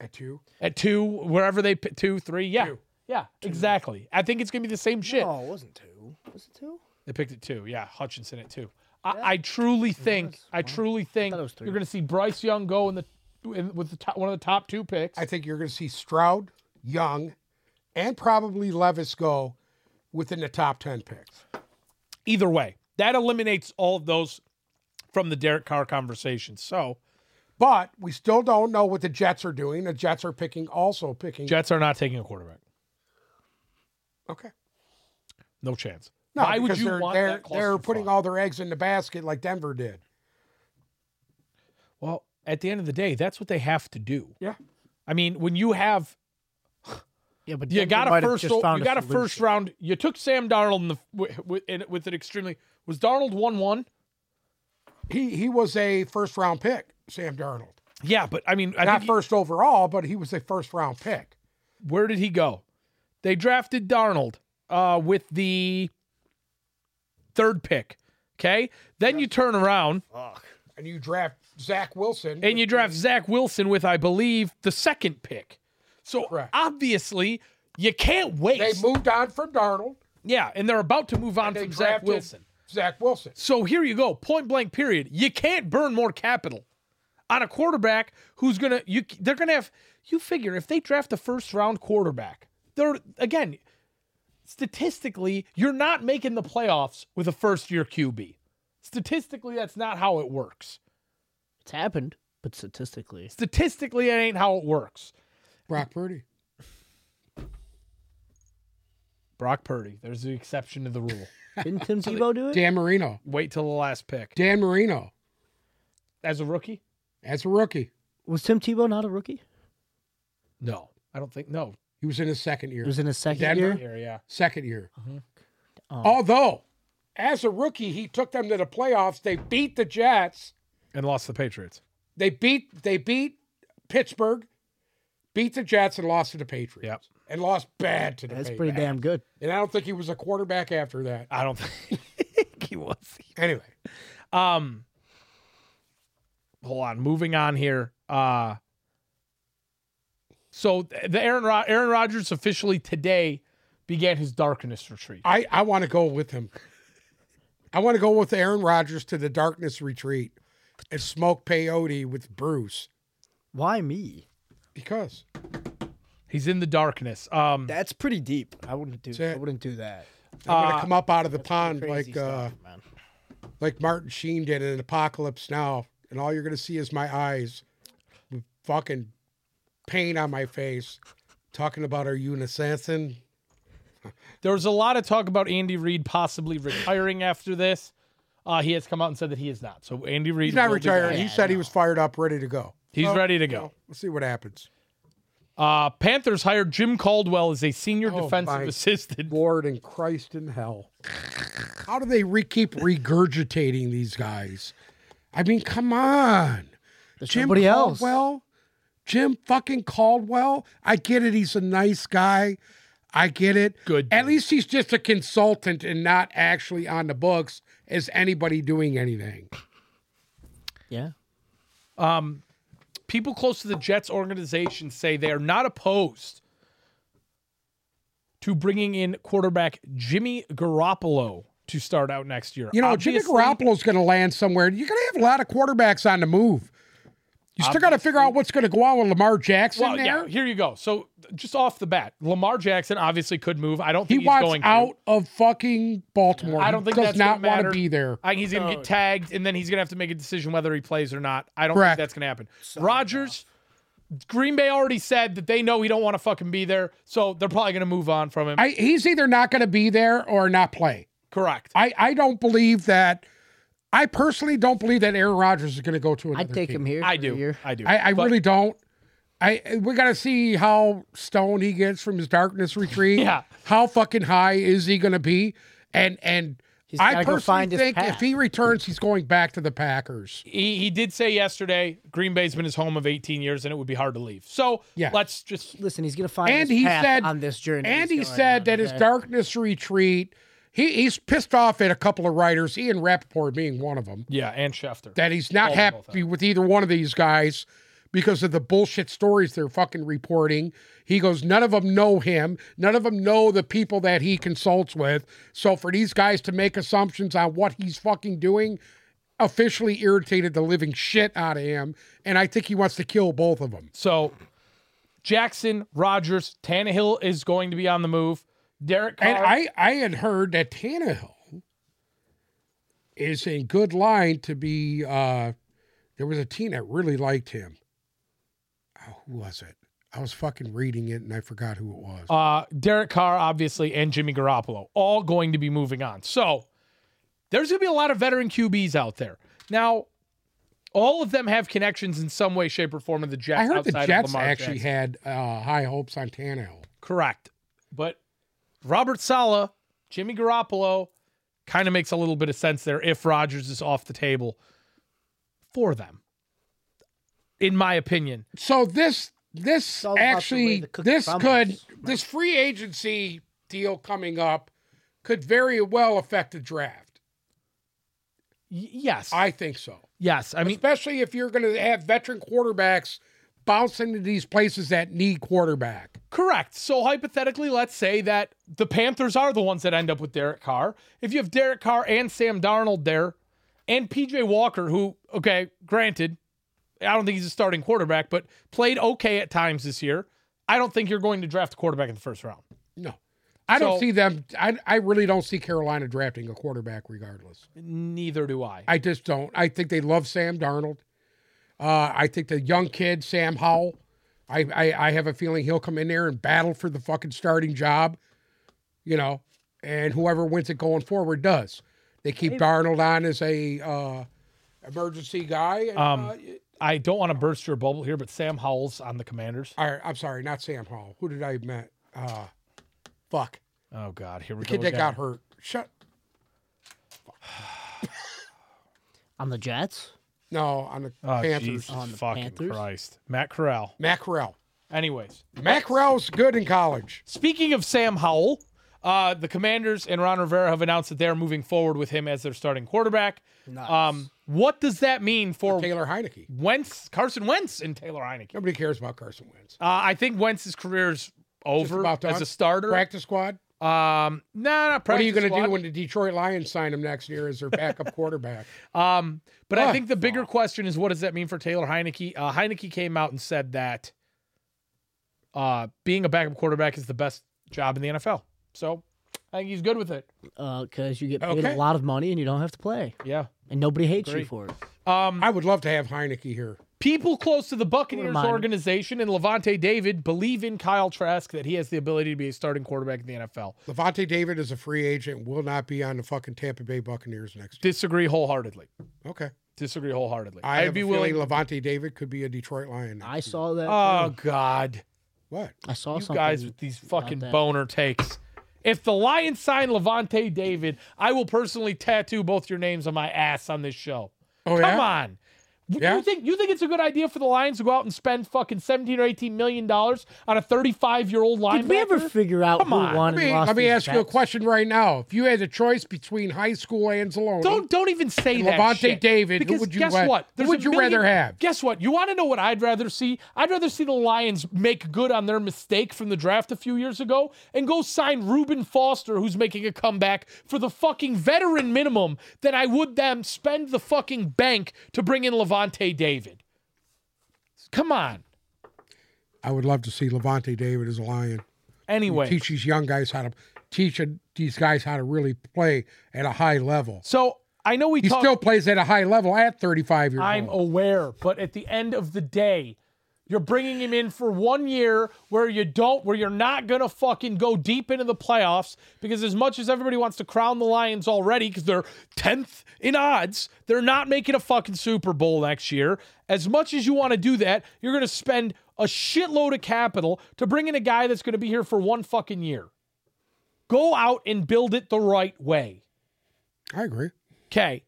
S2: At two?
S1: at two, wherever they pick two, three? Yeah,
S2: Two.
S1: yeah, exactly. I think it's gonna be the same shit.
S3: Oh, it wasn't two. Was it two?
S1: They picked it two. Yeah, Hutchinson at two. I, I truly think. I truly think
S3: thought it was three.
S1: you're gonna see Bryce Young go in the in, with the top, one of the top two picks.
S2: I think you're going to see Stroud, Young, and probably Levis go within the top 10 picks.
S1: Either way, that eliminates all of those from the Derek Carr conversation. So
S2: But we still don't know what the Jets are doing. The Jets are picking, also picking.
S1: Jets are not taking a quarterback.
S2: Okay.
S1: No chance.
S2: No,
S1: Why would
S2: because
S1: you
S2: they're,
S1: want
S2: they're,
S1: that
S2: they're putting
S1: clusterfuck?
S2: all their eggs in the basket like Denver did.
S1: Well, at the end of the day, that's what they have to do.
S2: Yeah.
S1: I mean, when you have
S3: Yeah, but
S1: you
S3: Denver
S1: got a
S3: might have
S1: first
S3: just
S1: you
S3: found a
S1: got a first
S3: solution.
S1: round. You took Sam Darnold in the with, with, in- with an extremely was Darnold one one.
S2: He he was a first round pick, Sam Darnold.
S1: Yeah, but I mean, I
S2: Not
S1: think he-
S2: first overall, but he was a first round pick.
S1: where did he go? They drafted Darnold uh, with the third pick. Okay, then you turn around
S2: And you draft Zach Wilson.
S1: and you draft Zach Wilson with, I believe, the second pick. So
S2: Correct.
S1: obviously, you can't wait.
S2: they moved on from Darnold.
S1: Yeah, and they're about to move on
S2: They
S1: from Zach
S2: drafted
S1: Wilson.
S2: Zach Wilson.
S1: So here you go, point blank period. You can't burn more capital on a quarterback who's gonna you they're gonna have you figure if they draft a first round quarterback, they're again statistically, you're not making the playoffs with a first year QB. Statistically, that's not how it works.
S3: It's happened, but statistically,
S1: Statistically, it ain't how it works.
S2: Brock Purdy.
S1: Brock Purdy, there's the exception to the rule.
S3: didn't Tim Tebow do it?
S2: Dan Marino.
S1: Wait till the last pick.
S2: Dan Marino
S1: As a rookie?
S2: as a rookie.
S3: Was Tim Tebow not a rookie?
S1: No. I don't think no.
S2: He was in his second
S3: He
S2: year.
S3: was in his second
S2: Denver?
S1: Here,
S3: year.
S1: yeah.
S2: Second year.
S3: Oh.
S2: Although, as a rookie, he took them to the playoffs. They beat the Jets.
S1: And lost the Patriots.
S2: They beat they beat Pittsburgh, beat the Jets, and lost to the Patriots.
S1: Yep.
S2: And lost bad to the
S3: That's
S2: Patriots.
S3: pretty damn good.
S2: And I don't think he was a quarterback after that.
S1: I don't think he was.
S2: Anyway,
S1: Um, hold on. Moving on here. Uh, so th- the Aaron Rod- Aaron Rodgers officially today began his darkness retreat.
S2: I, I want to go with him. I want to go with Aaron Rodgers to the darkness retreat and smoke peyote with Bruce
S3: Why me?
S2: because
S1: He's in the darkness. Um,
S3: That's pretty deep. I wouldn't do.
S2: it.
S3: I wouldn't do that.
S2: I'm
S1: Uh,
S2: gonna come up out of the pond
S3: Crazy
S2: like uh,
S3: stuff, man.
S2: like Martin Sheen did in Apocalypse Now, and all you're gonna see is my eyes, with fucking pain on my face, talking about are you an assassin?
S1: There was a lot of talk about Andy Reid possibly retiring after this. Uh, he has come out and said that he is not. So Andy Reid
S2: He's oh, not
S1: will be
S2: retiring.
S1: back.
S2: He said he was fired up, ready to go.
S1: He's
S2: So,
S1: ready to go.
S2: well, We'll see what happens.
S1: Uh, Panthers hired Jim Caldwell as a senior
S2: Oh,
S1: defensive
S2: my
S1: assistant.
S2: Lord and Christ in hell. How do they re- keep regurgitating these guys? I mean, come on.
S3: There's
S2: Jim
S3: nobody else.
S2: Caldwell? Jim fucking Caldwell? I get it. He's a nice guy. I get it.
S1: Good
S2: At
S1: dude.
S2: least he's just a consultant and not actually on the books as anybody doing anything.
S3: Yeah.
S1: People close to the Jets organization say they are not opposed to bringing in quarterback Jimmy Garoppolo to start out next year.
S2: You know, Jimmy
S1: Obviously-
S2: Garoppolo's going to land somewhere. You're going to have a lot of quarterbacks on the move. You still got to figure out what's going to go on with Lamar Jackson
S1: Well,
S2: there.
S1: yeah, here you go. So just off the bat, Lamar Jackson obviously could move. I don't
S2: He
S1: think he's
S2: wants
S1: going to.
S2: out of fucking Baltimore.
S1: I don't think
S2: he does
S1: that's
S2: not
S1: gonna
S2: want
S1: matter.
S2: to be there.
S1: I think he's going to get tagged, and then he's going to have to make a decision whether he plays or not. I don't
S2: Correct.
S1: think that's going to happen. Rodgers, Green Bay already said that they know he don't want to fucking be there, so they're probably going to move on from him.
S2: I, he's either not going to be there or not play.
S1: Correct.
S2: I, I don't believe that. I personally don't believe that Aaron Rodgers is going to go to another
S3: I'd take
S2: team.
S3: him here.
S1: I
S3: for a
S1: do.
S3: year.
S1: I do.
S2: I, I
S1: But-
S2: really don't. I we got to see how stoned he gets from his darkness retreat.
S1: Yeah.
S2: How fucking high is he going to be? And and I
S3: gotta go
S2: personally
S3: find his
S2: think
S3: path.
S2: if he returns, he's going back to the Packers.
S1: he, he did say yesterday Green Bay's been his home of 18 years, and it would be hard to leave. So
S2: Yeah.
S1: let's just
S3: Listen, he's gonna find
S2: And
S3: his
S2: he
S3: path
S2: said-
S3: on this journey.
S2: And he
S3: he's going
S2: said
S3: on,
S2: that his
S3: okay?
S2: darkness retreat. He, he's pissed off at a couple of writers, Ian Rappaport being one of them.
S1: yeah, and Schefter.
S2: that he's not
S1: Oh, both of
S2: happy with either one of these guys because of the bullshit stories they're fucking reporting. He goes, none of them know him. None of them know the people that he consults with. So for these guys to make assumptions on what he's fucking doing officially irritated the living shit out of him. And I think he wants to kill both of them.
S1: So Jackson, Rodgers, Tannehill is going to be on the move. Derek Carr,
S2: And I, I had heard that Tannehill is in good line to be. Uh, there was a team that really liked him. Oh, who was it? I was fucking reading it and I forgot who it was.
S3: Oh,
S1: uh, Derek Carr, obviously, and Jimmy Garoppolo, all going to be moving on. So there's going to be a lot of veteran QBs out there. Now, all of them have connections in some way, shape, or form of the Jets.
S2: I heard the
S1: outside of
S2: Jets
S1: Lamar
S2: actually
S1: Jackson.
S2: had uh, high hopes on Tannehill.
S1: Correct. But Robert Sala, Jimmy Garoppolo, kind of makes a little bit of sense there if Rodgers is off the table for them, in my opinion.
S2: So this this
S3: all about the way
S2: actually
S3: the cookie
S2: this
S3: crumbles,
S2: could
S3: right?
S2: this free agency deal coming up could very well affect the draft.
S1: Y- yes.
S2: I think so.
S1: yes. I mean,
S2: especially if you're going to have veteran quarterbacks bouncing to these places that need quarterback.
S1: Correct. So hypothetically, let's say that the Panthers are the ones that end up with Derek Carr. If you have Derek Carr and Sam Darnold there, and PJ Walker, who, okay, granted, I don't think he's a starting quarterback, but played okay at times this year. I don't think you're going to draft a quarterback in the first round.
S2: No, I don't
S1: So-
S2: see them. I, I really don't see Carolina drafting a quarterback regardless.
S1: Neither do I.
S2: I just don't. I think they love Sam Darnold. Uh, I think the young kid, Sam Howell, I, I, I have a feeling he'll come in there and battle for the fucking starting job, you know, and whoever wins it going forward does. They keep Darnold on as a uh, emergency guy. And, uh,
S1: I don't want to burst your bubble here, but Sam Howell's on the Commanders.
S2: Or, I'm sorry, not Sam Hall. Who did I met? Uh, fuck,
S1: Oh God, here we
S2: kid
S1: go.
S2: that
S1: again.
S2: got hurt. Shut.
S3: on the Jets.
S2: No, on the
S1: Oh,
S2: Panthers.
S1: Jesus
S3: On the
S1: fucking
S3: Panthers?
S1: Christ, Matt Corral.
S2: Matt Corral.
S1: Anyways,
S2: Matt Corral's good in college.
S1: Speaking of Sam Howell, uh, the Commanders and Ron Rivera have announced that they're moving forward with him as their starting quarterback.
S3: Nice.
S1: Um, what does that mean for
S2: Taylor Heineke.
S1: Wentz, Carson Wentz, and Taylor Heineke? Uh,
S2: Nobody cares about Carson Wentz.
S1: I think Wentz's career is over
S2: about done.
S1: as a starter.
S2: Practice squad.
S1: Um, no, nah, not
S2: What are
S1: practice
S2: you going to do
S1: squad.
S2: when the Detroit Lions sign him next year as their backup quarterback?
S1: Um, but I
S2: Ah,
S1: think the bigger question is what does that mean for Taylor Heineke? Uh, Heineke came out and said that uh, being a backup quarterback is the best job in the NFL. So I think he's good with it.
S3: Because Uh, you get paid
S2: Okay.
S3: a lot of money and you don't have to play,
S1: Yeah.
S3: and nobody hates
S1: Agree.
S3: you for it.
S1: Um,
S2: I would love to have Heineke here.
S1: people close to the Buccaneers
S3: Remind me.
S1: organization and Levante David believe in Kyle Trask that he has the ability to be a starting quarterback in the NFL.
S2: Levante David is a free agent, will not be on the fucking Tampa Bay Buccaneers next
S1: Disagree wholeheartedly.
S2: year. Okay.
S1: Disagree wholeheartedly.
S2: I
S1: would
S2: have
S1: be
S2: a feeling
S1: willing.
S2: Levante David could be a Detroit Lion. next
S3: I
S2: year.
S3: saw that.
S1: Oh
S3: too.
S1: God,
S2: What?
S3: I saw
S1: you
S3: something.
S1: guys with these fucking
S3: that.
S1: boner takes. If the Lions sign Levante David, I will personally tattoo both your names on my ass on this show. Come
S2: Oh, yeah?
S1: on. You-
S2: Yeah?
S1: You think you think it's a good idea for the Lions to go out and spend fucking seventeen or eighteen million dollars on a thirty-five-year-old linebacker?
S3: Did we ever figure out
S1: Come
S3: who
S1: on.
S3: won
S2: Let me,
S3: and lost
S2: let me
S3: these
S2: ask you a
S3: bets?
S2: question right now. If you had a choice between high school Anzalone,
S1: Don't don't even say that.
S2: Levante
S1: shit.
S2: David, who
S1: Because
S2: would you
S1: guess
S2: ra-
S1: what?
S2: who
S1: There's
S2: would
S1: a
S2: you
S1: million-
S2: rather have?
S1: Guess what? You want to know what I'd rather see? I'd rather see the Lions make good on their mistake from the draft a few years ago and go sign Reuben Foster, who's making a comeback for the fucking veteran minimum, than I would them spend the fucking bank to bring in Levante David. Come on.
S2: I would love to see Levante David as a Lion.
S1: Anyway,
S2: Teach these young guys how to teach uh, these guys how to really play at a high level.
S1: so I know we
S2: He
S1: talked.
S2: still plays at a high level at 35 years
S1: I'm
S2: old.
S1: aware, but at the end of the day, you're bringing him in for one year where you don't, where you're not gonna fucking go deep into the playoffs because as much as everybody wants to crown the Lions already because they're tenth in odds, they're not making a fucking Super Bowl next year. As much as you want to do that, you're gonna spend a shitload of capital to bring in a guy that's gonna be here for one fucking year. Go out and build it the right way.
S2: I agree.
S1: Okay.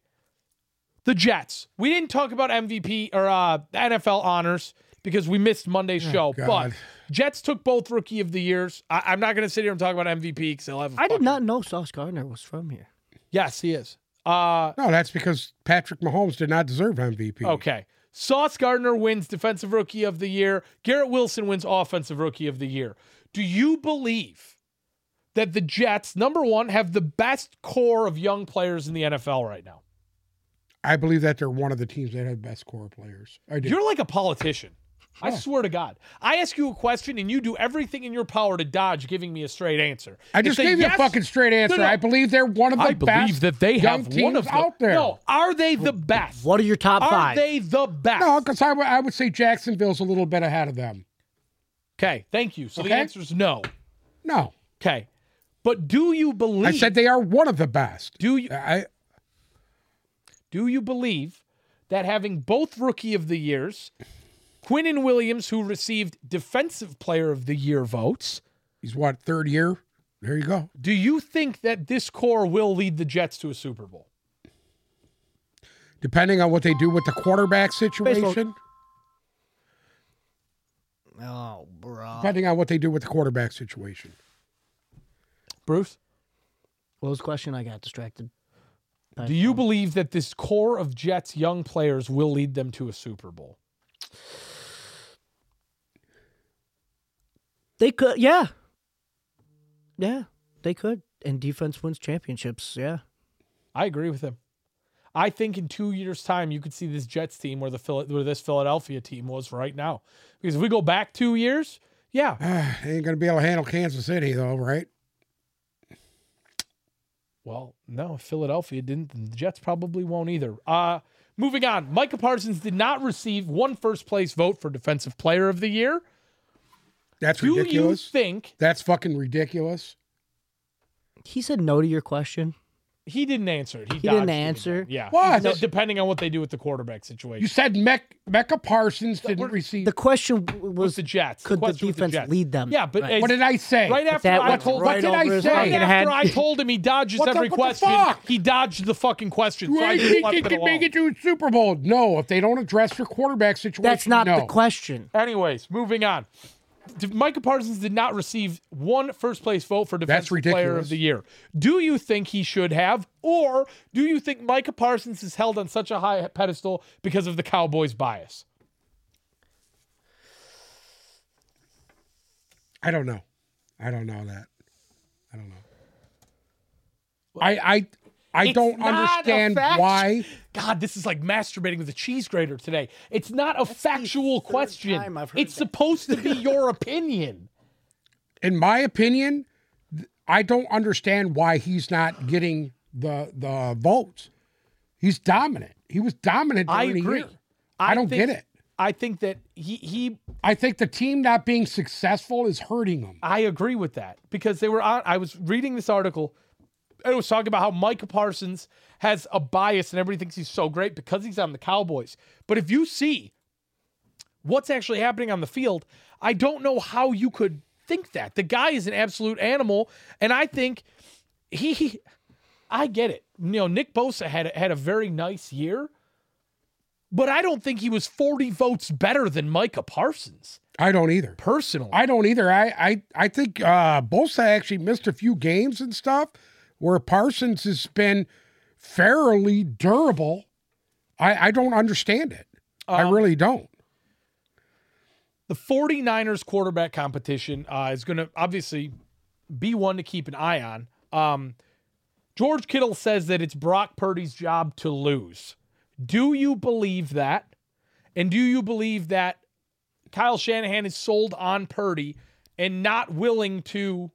S1: The Jets. We didn't talk about MVP or uh, NFL honors because we missed Monday's show. But
S2: God.
S1: Jets took both rookie of the years. I- I'm not going to sit here and talk about MVP because I'll have. a
S3: I did
S1: fucking-
S3: not know Sauce Gardner was from here.
S1: Yes, he is. Uh,
S2: No, that's because Patrick Mahomes did not deserve MVP.
S1: okay. Sauce Gardner wins defensive rookie of the year. Garrett Wilson wins offensive rookie of the year. Do you believe that the Jets, number one, have the best core of young players in the NFL right now?
S2: I believe that they're one of the teams that have best core players. I do.
S1: You're like a politician. I swear to God. I ask you a question and you do everything in your power to dodge giving me a straight answer.
S2: I
S1: If
S2: just
S1: they
S2: gave you
S1: yes-
S2: a fucking straight answer.
S1: no.
S2: I believe they're one of the
S1: I believe
S2: best
S1: that they
S2: young
S1: have one
S2: teams
S1: of the,
S2: out there.
S1: No, are they the best?
S3: What are your top
S1: are
S3: five?
S1: they the best?
S2: No, because I would- I would say Jacksonville's a little bit ahead of them.
S1: Okay, thank you. So the
S2: Okay.
S1: answer is no.
S2: No,
S1: Okay. But do you believe
S2: I said they are one of the best.
S1: do you
S2: I
S1: do you believe that having both rookie of the years, Quinn and Williams, who received defensive player of the year votes,
S2: he's what third year. There you go.
S1: do you think that this core will lead the Jets to a Super Bowl?
S2: Depending on what they do with the quarterback situation,
S3: Oh, bro.
S2: depending on what they do with the quarterback situation.
S1: Bruce?
S3: What was the question? I got distracted.
S1: Do you believe that this core of Jets young players will lead them to a Super Bowl?
S3: They could, yeah, yeah, they could. And defense wins championships. Yeah,
S1: I agree with him. I think in two years' time, you could see this Jets team where the Phil- where this Philadelphia team was right now. Because if we go back two years, yeah,
S2: Ah, they ain't gonna be able to handle Kansas City though, right?
S1: well, no, if Philadelphia didn't. then The Jets probably won't either. Uh, moving on, Micah Parsons did not receive one first place vote for Defensive Player of the Year.
S2: That's
S1: Do you
S2: ridiculous.
S1: think
S2: That's fucking ridiculous.
S3: he said no to your question.
S1: he didn't answer it? He,
S3: He
S1: dodged
S3: didn't
S1: it
S3: answer?
S1: again. Yeah,
S2: What?
S1: No, depending on what they do with the quarterback situation.
S2: You said Mec- Mecca Parsons didn't receive.
S3: The question w-
S1: was
S3: was
S1: the Jets.
S3: could the
S1: question was
S3: defense
S1: Jets.
S3: lead them?
S1: Yeah, but
S3: Right.
S2: what did I say?
S1: right after
S3: that
S1: I
S3: went
S1: told
S2: What
S3: right
S2: did I
S3: over his
S2: say?
S1: right
S3: fucking
S2: Fucking
S1: after
S3: head.
S1: I told him he dodges
S2: What the-
S1: every
S2: what the
S1: question,
S2: fuck?
S1: he dodged the fucking question. So I
S2: Right,
S1: just
S2: think
S1: left
S2: they
S1: it
S2: can
S1: alone.
S2: make it to a Super Bowl? No, if they don't address their quarterback situation,
S3: That's not
S2: no.
S3: the question.
S1: Anyways, moving on. D- Micah Parsons did not receive one first place vote for
S2: That's
S1: Defensive Player of
S2: ridiculous.
S1: the Year. Do you think he should have, or do you think Micah Parsons is held on such a high pedestal because of the Cowboys bias?
S2: I don't know. I don't know that. I don't know. I I I
S1: It's
S2: don't
S1: not a
S2: understand
S1: fact-
S2: why.
S1: God, this is like masturbating with a cheese grater today. It's not a factual
S3: third
S1: question.
S3: time I've heard
S1: It's
S3: that.
S1: supposed to be your opinion.
S2: in my opinion, th- I don't understand why he's not getting the the votes. He's dominant. He was dominant.
S1: I
S2: during the
S1: agree.
S2: year. I, don't
S1: think-
S2: get it.
S1: I think that he he
S2: I think the team not being successful is hurting him.
S1: I agree with that because they were on. I was reading this article. And it was talking about how Micah Parsons has a bias and everybody thinks he's so great because he's on the Cowboys. But if you see what's actually happening on the field, I don't know how you could think that. The guy is an absolute animal, and I think he. I get it. You know, Nick Bosa had had a very nice year, but I don't think he was forty votes better than Micah Parsons
S2: I don't either.
S1: personally.
S2: I don't either. I I, I think uh, Bosa actually missed a few games and stuff where Parsons has been fairly durable. I, I don't understand it.
S1: Uh-huh.
S2: I really don't.
S1: the 49ers quarterback competition uh, is going to obviously be one to keep an eye on. Um, George Kittle says that it's Brock Purdy's job to lose. Do you believe that? And do you believe that Kyle Shanahan is sold on Purdy and not willing to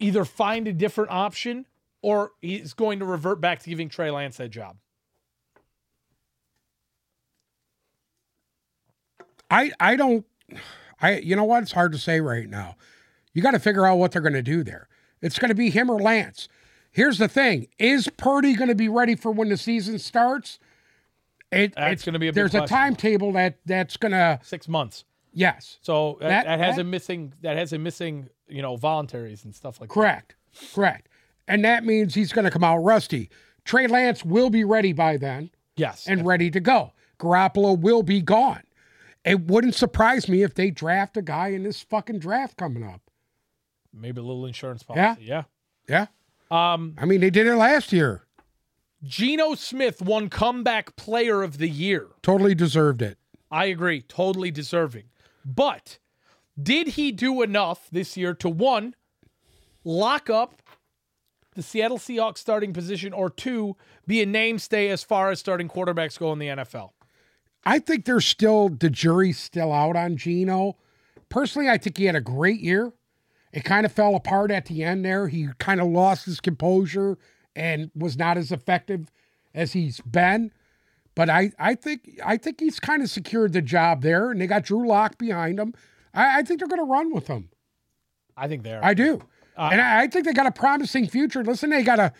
S1: either find a different option or he's going to revert back to giving Trey Lance that job?
S2: I I don't I you know what? It's hard to say right now. You got to figure out what they're going to do there. It's going to be him or Lance. Here's the thing: Is Purdy going to be ready for when the season starts? It,
S1: That's
S2: it's-
S1: gonna be a big
S2: there's a
S1: question.
S2: timetable that that's going to
S1: Six months.
S2: yes,
S1: So that,
S2: That-
S1: that, has
S2: that-
S1: a missing that has a missing you know voluntaries and stuff like that.
S2: correct, correct, and that means he's going to come out rusty. Trey Lance will be ready by then
S1: Yes,
S2: and ready to go. Garoppolo will be gone. It wouldn't surprise me if they draft a guy in this fucking draft coming up.
S1: maybe a little insurance
S2: Yeah.
S1: policy. Yeah.
S2: Yeah,
S1: Um,
S2: I mean they did it last year.
S1: Geno Smith won comeback player of the year.
S2: totally deserved it.
S1: I agree, totally deserving. But did he do enough this year to one lock up the Seattle Seahawks starting position, or two be a namestay as far as starting quarterbacks go in the NFL?
S2: I think there's still the jury's still out on Gino. Personally, I think he had a great year. It kind of fell apart at the end there. He kind of lost his composure and was not as effective as he's been. But I, I think I think he's kind of secured the job there, and they got Drew Lock behind him. I, I think they're going to run with him.
S1: I think they're.
S2: I do.
S1: Uh,
S2: and I, I think they got a promising future. Listen, they got a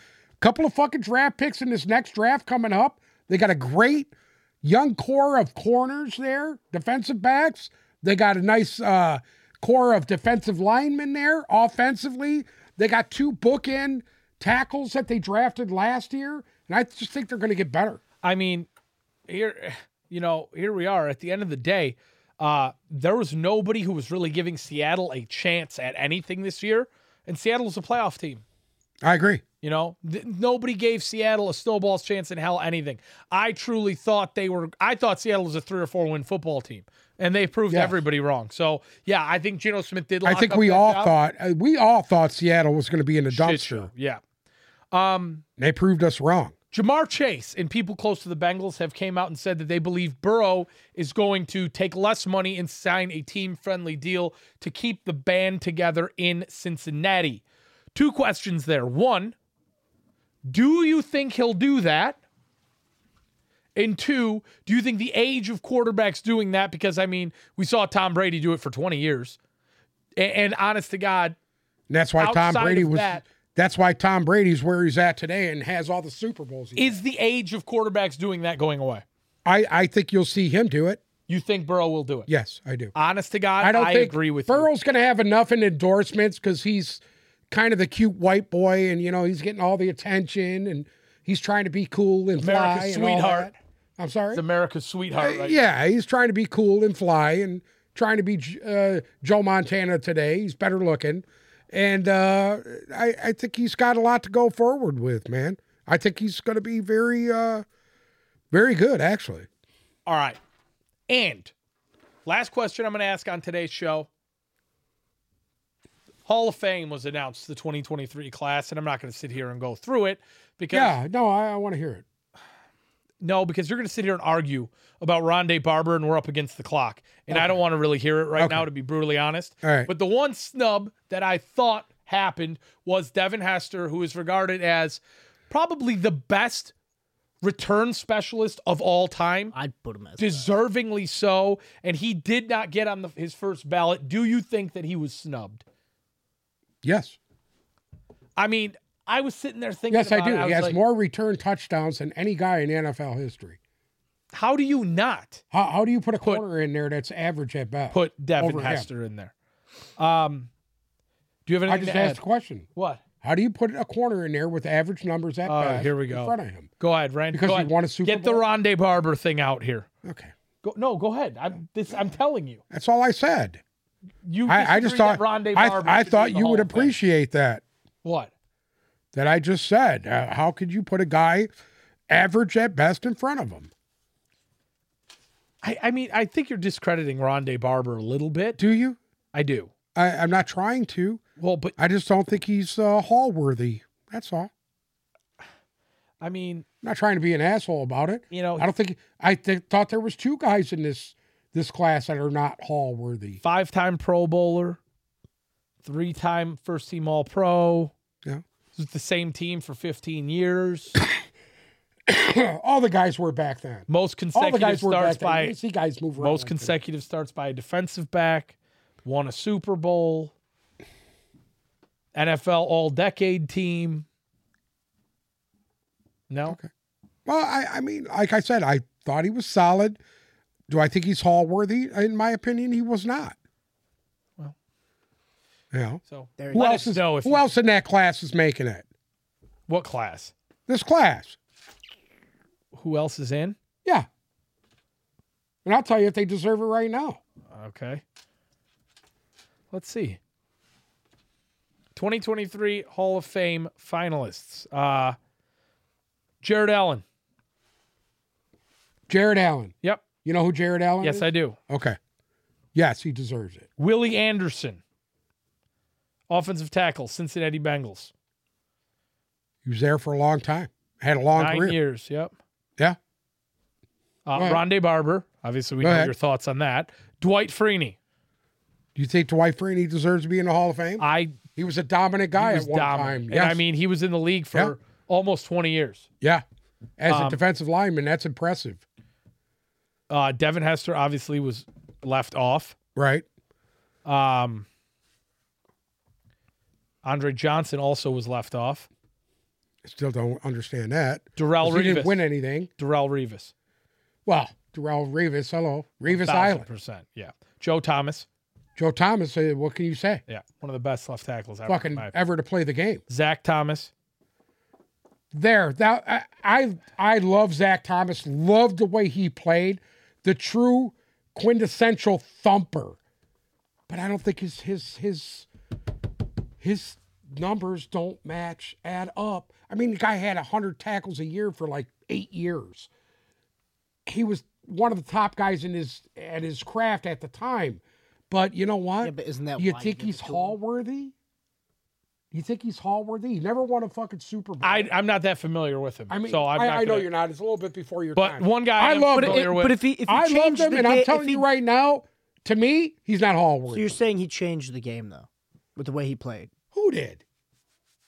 S2: couple of fucking draft picks in this next draft coming up. They got a great young core of corners there, defensive backs. They got a nice uh, core of defensive linemen there. Offensively, they got two bookend tackles that they drafted last year. And I just think they're going to get better.
S1: I mean, here, you know, here we are. At the end of the day, uh, there was nobody who was really giving Seattle a chance at anything this year, and Seattle was a playoff team.
S2: I agree.
S1: You know, Th- nobody gave Seattle a snowball's chance in hell anything. I truly thought they were. I thought Seattle was a three or four win football team, and they proved
S2: Yes.
S1: everybody wrong. So yeah, I think Geno Smith did.
S2: I
S1: lock
S2: think
S1: up
S2: we
S1: that
S2: all
S1: job.
S2: thought uh, we all thought Seattle was going to be in the
S1: Shit
S2: dumpster.
S1: show. Yeah. Um,
S2: They proved us wrong.
S1: Jamar Chase and people close to the Bengals have came out and said that they believe Burrow is going to take less money and sign a team-friendly deal to keep the band together in Cincinnati. Two questions there. One, do you think he'll do that? And two, do you think the age of quarterbacks doing that because I mean, we saw Tom Brady do it for 20 years. A- And, honest to God,
S2: And that's why Tom
S1: Outside
S2: Brady
S1: of
S2: was.
S1: that-
S2: that's why Tom Brady's where he's at today and has all the Super Bowls. He,
S1: is the age of quarterbacks doing that going away?
S2: I I think you'll see him do it.
S1: You think Burrow will do it?
S2: Yes, I do.
S1: Honest to God,
S2: I
S1: I,
S2: don't think
S1: agree with you.
S2: Burrow's going to have enough in endorsements because he's kind of the cute white boy, and you know he's getting all the attention, and he's trying to be cool and fly.
S1: America's
S2: and all
S1: sweetheart.
S2: that. I'm sorry.
S1: It's America's sweetheart, right?
S2: Yeah, he's trying to be cool and fly and trying to be J- uh, Joe Montana today. He's better looking. And uh, I, I think he's got a lot to go forward with, man. I think he's going to be very, uh, very good, actually.
S1: All right. And last question I'm going to ask on today's show. Hall of Fame was announced, the 2023 class, and I'm not going to sit here and go through it because
S2: Yeah, no, I, I want to hear it.
S1: no, because you're going to sit here and argue about Rondé Barber, and we're up against the clock, and I don't want to really hear it right
S2: Okay.
S1: now, to be brutally honest.
S2: All right.
S1: But the one snub that I thought happened was Devin Hester, who is regarded as probably the best return specialist of all time
S3: I'd put him as.
S1: deservingly so, and he did not get on the, his first ballot. Do you think that he was snubbed?
S2: yes.
S1: I mean, I was sitting there thinking.
S2: Yes, I
S1: about it.
S2: do. he
S1: was
S2: has
S1: like,
S2: more return touchdowns than any guy in NFL history.
S1: How do you not
S2: How, how do you put a corner in there that's average at best?
S1: put Devin
S2: Over him.
S1: Hester in there? Um, do you have
S2: I
S1: anything
S2: just
S1: to add?
S2: asked a question.
S1: What?
S2: How do you put a corner in there with average numbers at
S1: All right,
S2: best?
S1: Uh, here we go.
S2: In front of him
S1: Go ahead, Rand.
S2: because
S1: go
S2: he
S1: ahead.
S2: won a Super
S1: Get the
S2: Bowl.
S1: Rondé Barber thing out here.
S2: okay,
S1: Go, no, go ahead. I'm this. I'm telling you.
S2: that's all I said.
S1: You.
S2: I, I just
S1: disagree
S2: thought
S1: that Rondé
S2: I,
S1: Barber.
S2: I
S1: should be
S2: thought
S1: in the
S2: you
S1: Hall
S2: would
S1: of Fame.
S2: appreciate that
S1: what.
S2: that I just said. Uh, how could you put a guy average at best in front of him?
S1: I, I mean, I think you're discrediting Rondé Barber a little bit.
S2: Do you?
S1: I do.
S2: I, I'm not trying to.
S1: Well, but
S2: I just don't think he's uh, hall worthy. That's all.
S1: I mean,
S2: I'm not trying to be an asshole about it.
S1: you know,
S2: I don't think I th- thought there was two guys in this this class that are not hall worthy.
S1: five time Pro Bowler, three time first team All Pro.
S2: Yeah.
S1: This is the same team for 15 years.
S2: all the guys were back then.
S1: Most
S2: All the
S1: consecutive
S2: guys were
S1: starts
S2: back then. You
S1: by
S2: didn't see guys move around.
S1: most
S2: like that.
S1: consecutive starts by a defensive back, won a Super Bowl, NFL All Decade team. No,
S2: Okay. Well, I, I mean, like I said, I thought he was solid. Do I think he's hall worthy? In my opinion, he was not.
S1: Well.
S2: you know,
S1: so
S3: There you
S2: who
S1: let
S2: else
S1: us
S2: is
S1: know if
S2: who
S1: you-
S2: else in that class is making it?
S1: what class?
S2: This class,
S1: Who else is in?
S2: yeah. And I'll tell you if they deserve it right now.
S1: Okay. Let's see. 2023 Hall of Fame finalists. Uh Jared Allen.
S2: Jared Allen.
S1: Yep.
S2: You know who Jared Allen
S1: Yes,
S2: is?
S1: I do.
S2: Okay. Yes, he deserves it.
S1: Willie Anderson. Offensive tackle, Cincinnati Bengals.
S2: He was there for a long time. Had a long
S1: Nine
S2: career.
S1: years. Yep.
S2: Yeah.
S1: Uh,
S2: Go ahead.
S1: Rondé Barber. Obviously, we
S2: Go
S1: know
S2: ahead.
S1: your thoughts on that. Dwight Freeney.
S2: Do you think Dwight Freeney deserves to be in the Hall of Fame?
S1: I
S2: He was a dominant guy
S1: Uh, was
S2: at one
S1: dominant.
S2: time.
S1: And
S2: Yes.
S1: I mean, he was in the league for
S2: Yeah.
S1: almost 20 years.
S2: yeah. As
S1: Um,
S2: a defensive lineman, that's impressive,
S1: Uh, Devin Hester obviously was left off.
S2: right?
S1: Um, Andre Johnson also was left off.
S2: Still don't understand that. 'Cause
S1: Darrell
S2: He didn't win
S1: Revis.
S2: anything.
S1: Darrell Revis.
S2: Well, Darrell Revis, hello. Revis Island.
S1: percent. Yeah. Joe Thomas.
S2: Joe Thomas, uh, what can you say?
S1: Yeah. One of the best left tackles ever. in
S2: Fucking
S1: my-
S2: ever to play the game.
S1: Zach Thomas.
S2: There, that I, I I love Zach Thomas. Loved the way he played, the true quintessential thumper. But I don't think his his his his numbers don't match add up. I mean, the guy had hundred tackles a year for like eight years. He was one of the top guys in his at his craft at the time. But you know what?
S3: Yeah, but isn't that
S2: you
S3: why you
S2: think
S3: give
S2: he's
S3: it to him?
S2: hall worthy? You think he's hall worthy? He never won a fucking Super Bowl.
S1: I, I'm not that familiar with him.
S2: I mean,
S1: so I'm
S2: I,
S1: not
S2: I know
S1: gonna-
S2: you're not. It's a little bit before your
S1: But
S2: time.
S1: one guy
S2: I
S1: am
S2: love him.
S1: familiar
S3: But
S1: with.
S3: if he if he
S2: I love
S3: changed
S2: them,
S3: the
S2: and
S3: game,
S2: I'm
S3: if
S2: telling
S3: he-
S2: you right now, to me, he's not Hall
S3: So
S2: worthy.
S3: you're saying he changed the game though, with the way he played.
S2: Who did?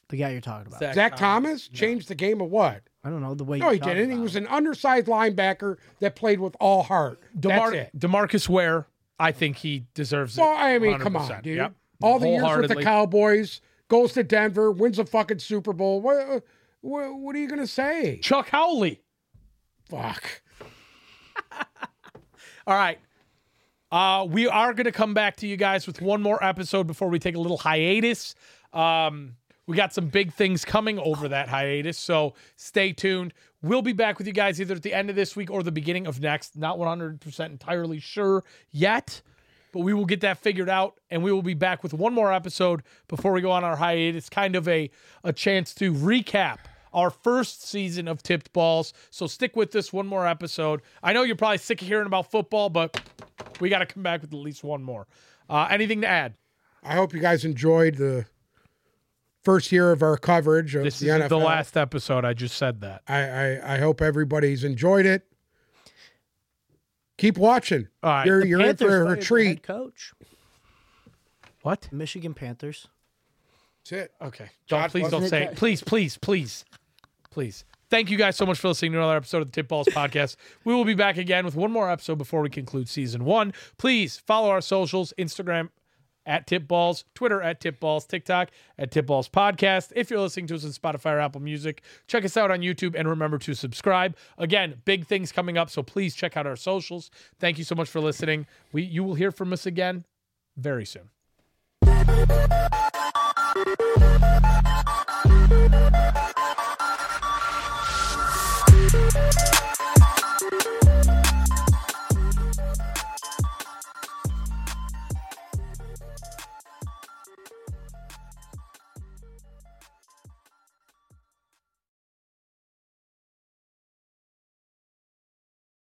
S3: The guy you're talking about.
S2: Zach Thomas changed the game of what?
S3: I don't know the way.
S2: No,
S3: you're
S2: he
S3: talking
S2: didn't. He
S3: about
S2: was
S3: him.
S2: an undersized linebacker that played with all heart.
S1: DeMar-
S2: That's it.
S1: Demarcus Ware. I think he deserves it.
S2: Well, I mean, come on,
S1: 100%.
S2: dude.
S1: Yep.
S2: All the years with the
S1: Wholeheartedly.
S2: Cowboys, goes to Denver, wins a fucking Super Bowl. What? uh, What, what are you gonna say?
S1: Chuck Howley.
S2: Fuck.
S1: All right. Uh, we are going to come back to you guys with one more episode before we take a little hiatus. Um, we got some big things coming over that hiatus, so stay tuned. We'll be back with you guys either at the end of this week or the beginning of next. Not 100% entirely sure yet, but we will get that figured out and we will be back with one more episode before we go on our hiatus. Kind of a, a chance to recap our first season of Tipped Balls. So stick with this one more episode. I know you're probably sick of hearing about football, but we got to come back with at least one more. Uh, anything to add?
S2: I hope you guys enjoyed the first year of our coverage of
S1: This
S2: the
S1: is
S2: NFL.
S1: the last episode. I just said that.
S2: I, I I hope everybody's enjoyed it. Keep watching.
S1: All right.
S2: You're you're in
S3: Panthers
S2: for a
S3: fired the
S2: retreat.
S3: Head coach,
S1: What?
S3: Michigan Panthers.
S2: That's it.
S1: Okay.
S2: God
S1: Don't, please don't
S2: bless
S1: say
S3: you.
S1: it. Please, please, please, please. Thank you guys so much for listening to another episode of the Tip Balls Podcast. We will be back again with one more episode before we conclude season one. Please follow our socials Instagram at Tip Balls, Twitter at Tip Balls, TikTok at Tip Balls Podcast. If you're listening to us on Spotify or Apple Music, check us out on YouTube and remember to subscribe. Again, big things coming up, so please check out our socials. Thank you so much for listening. We you will hear from us again very soon.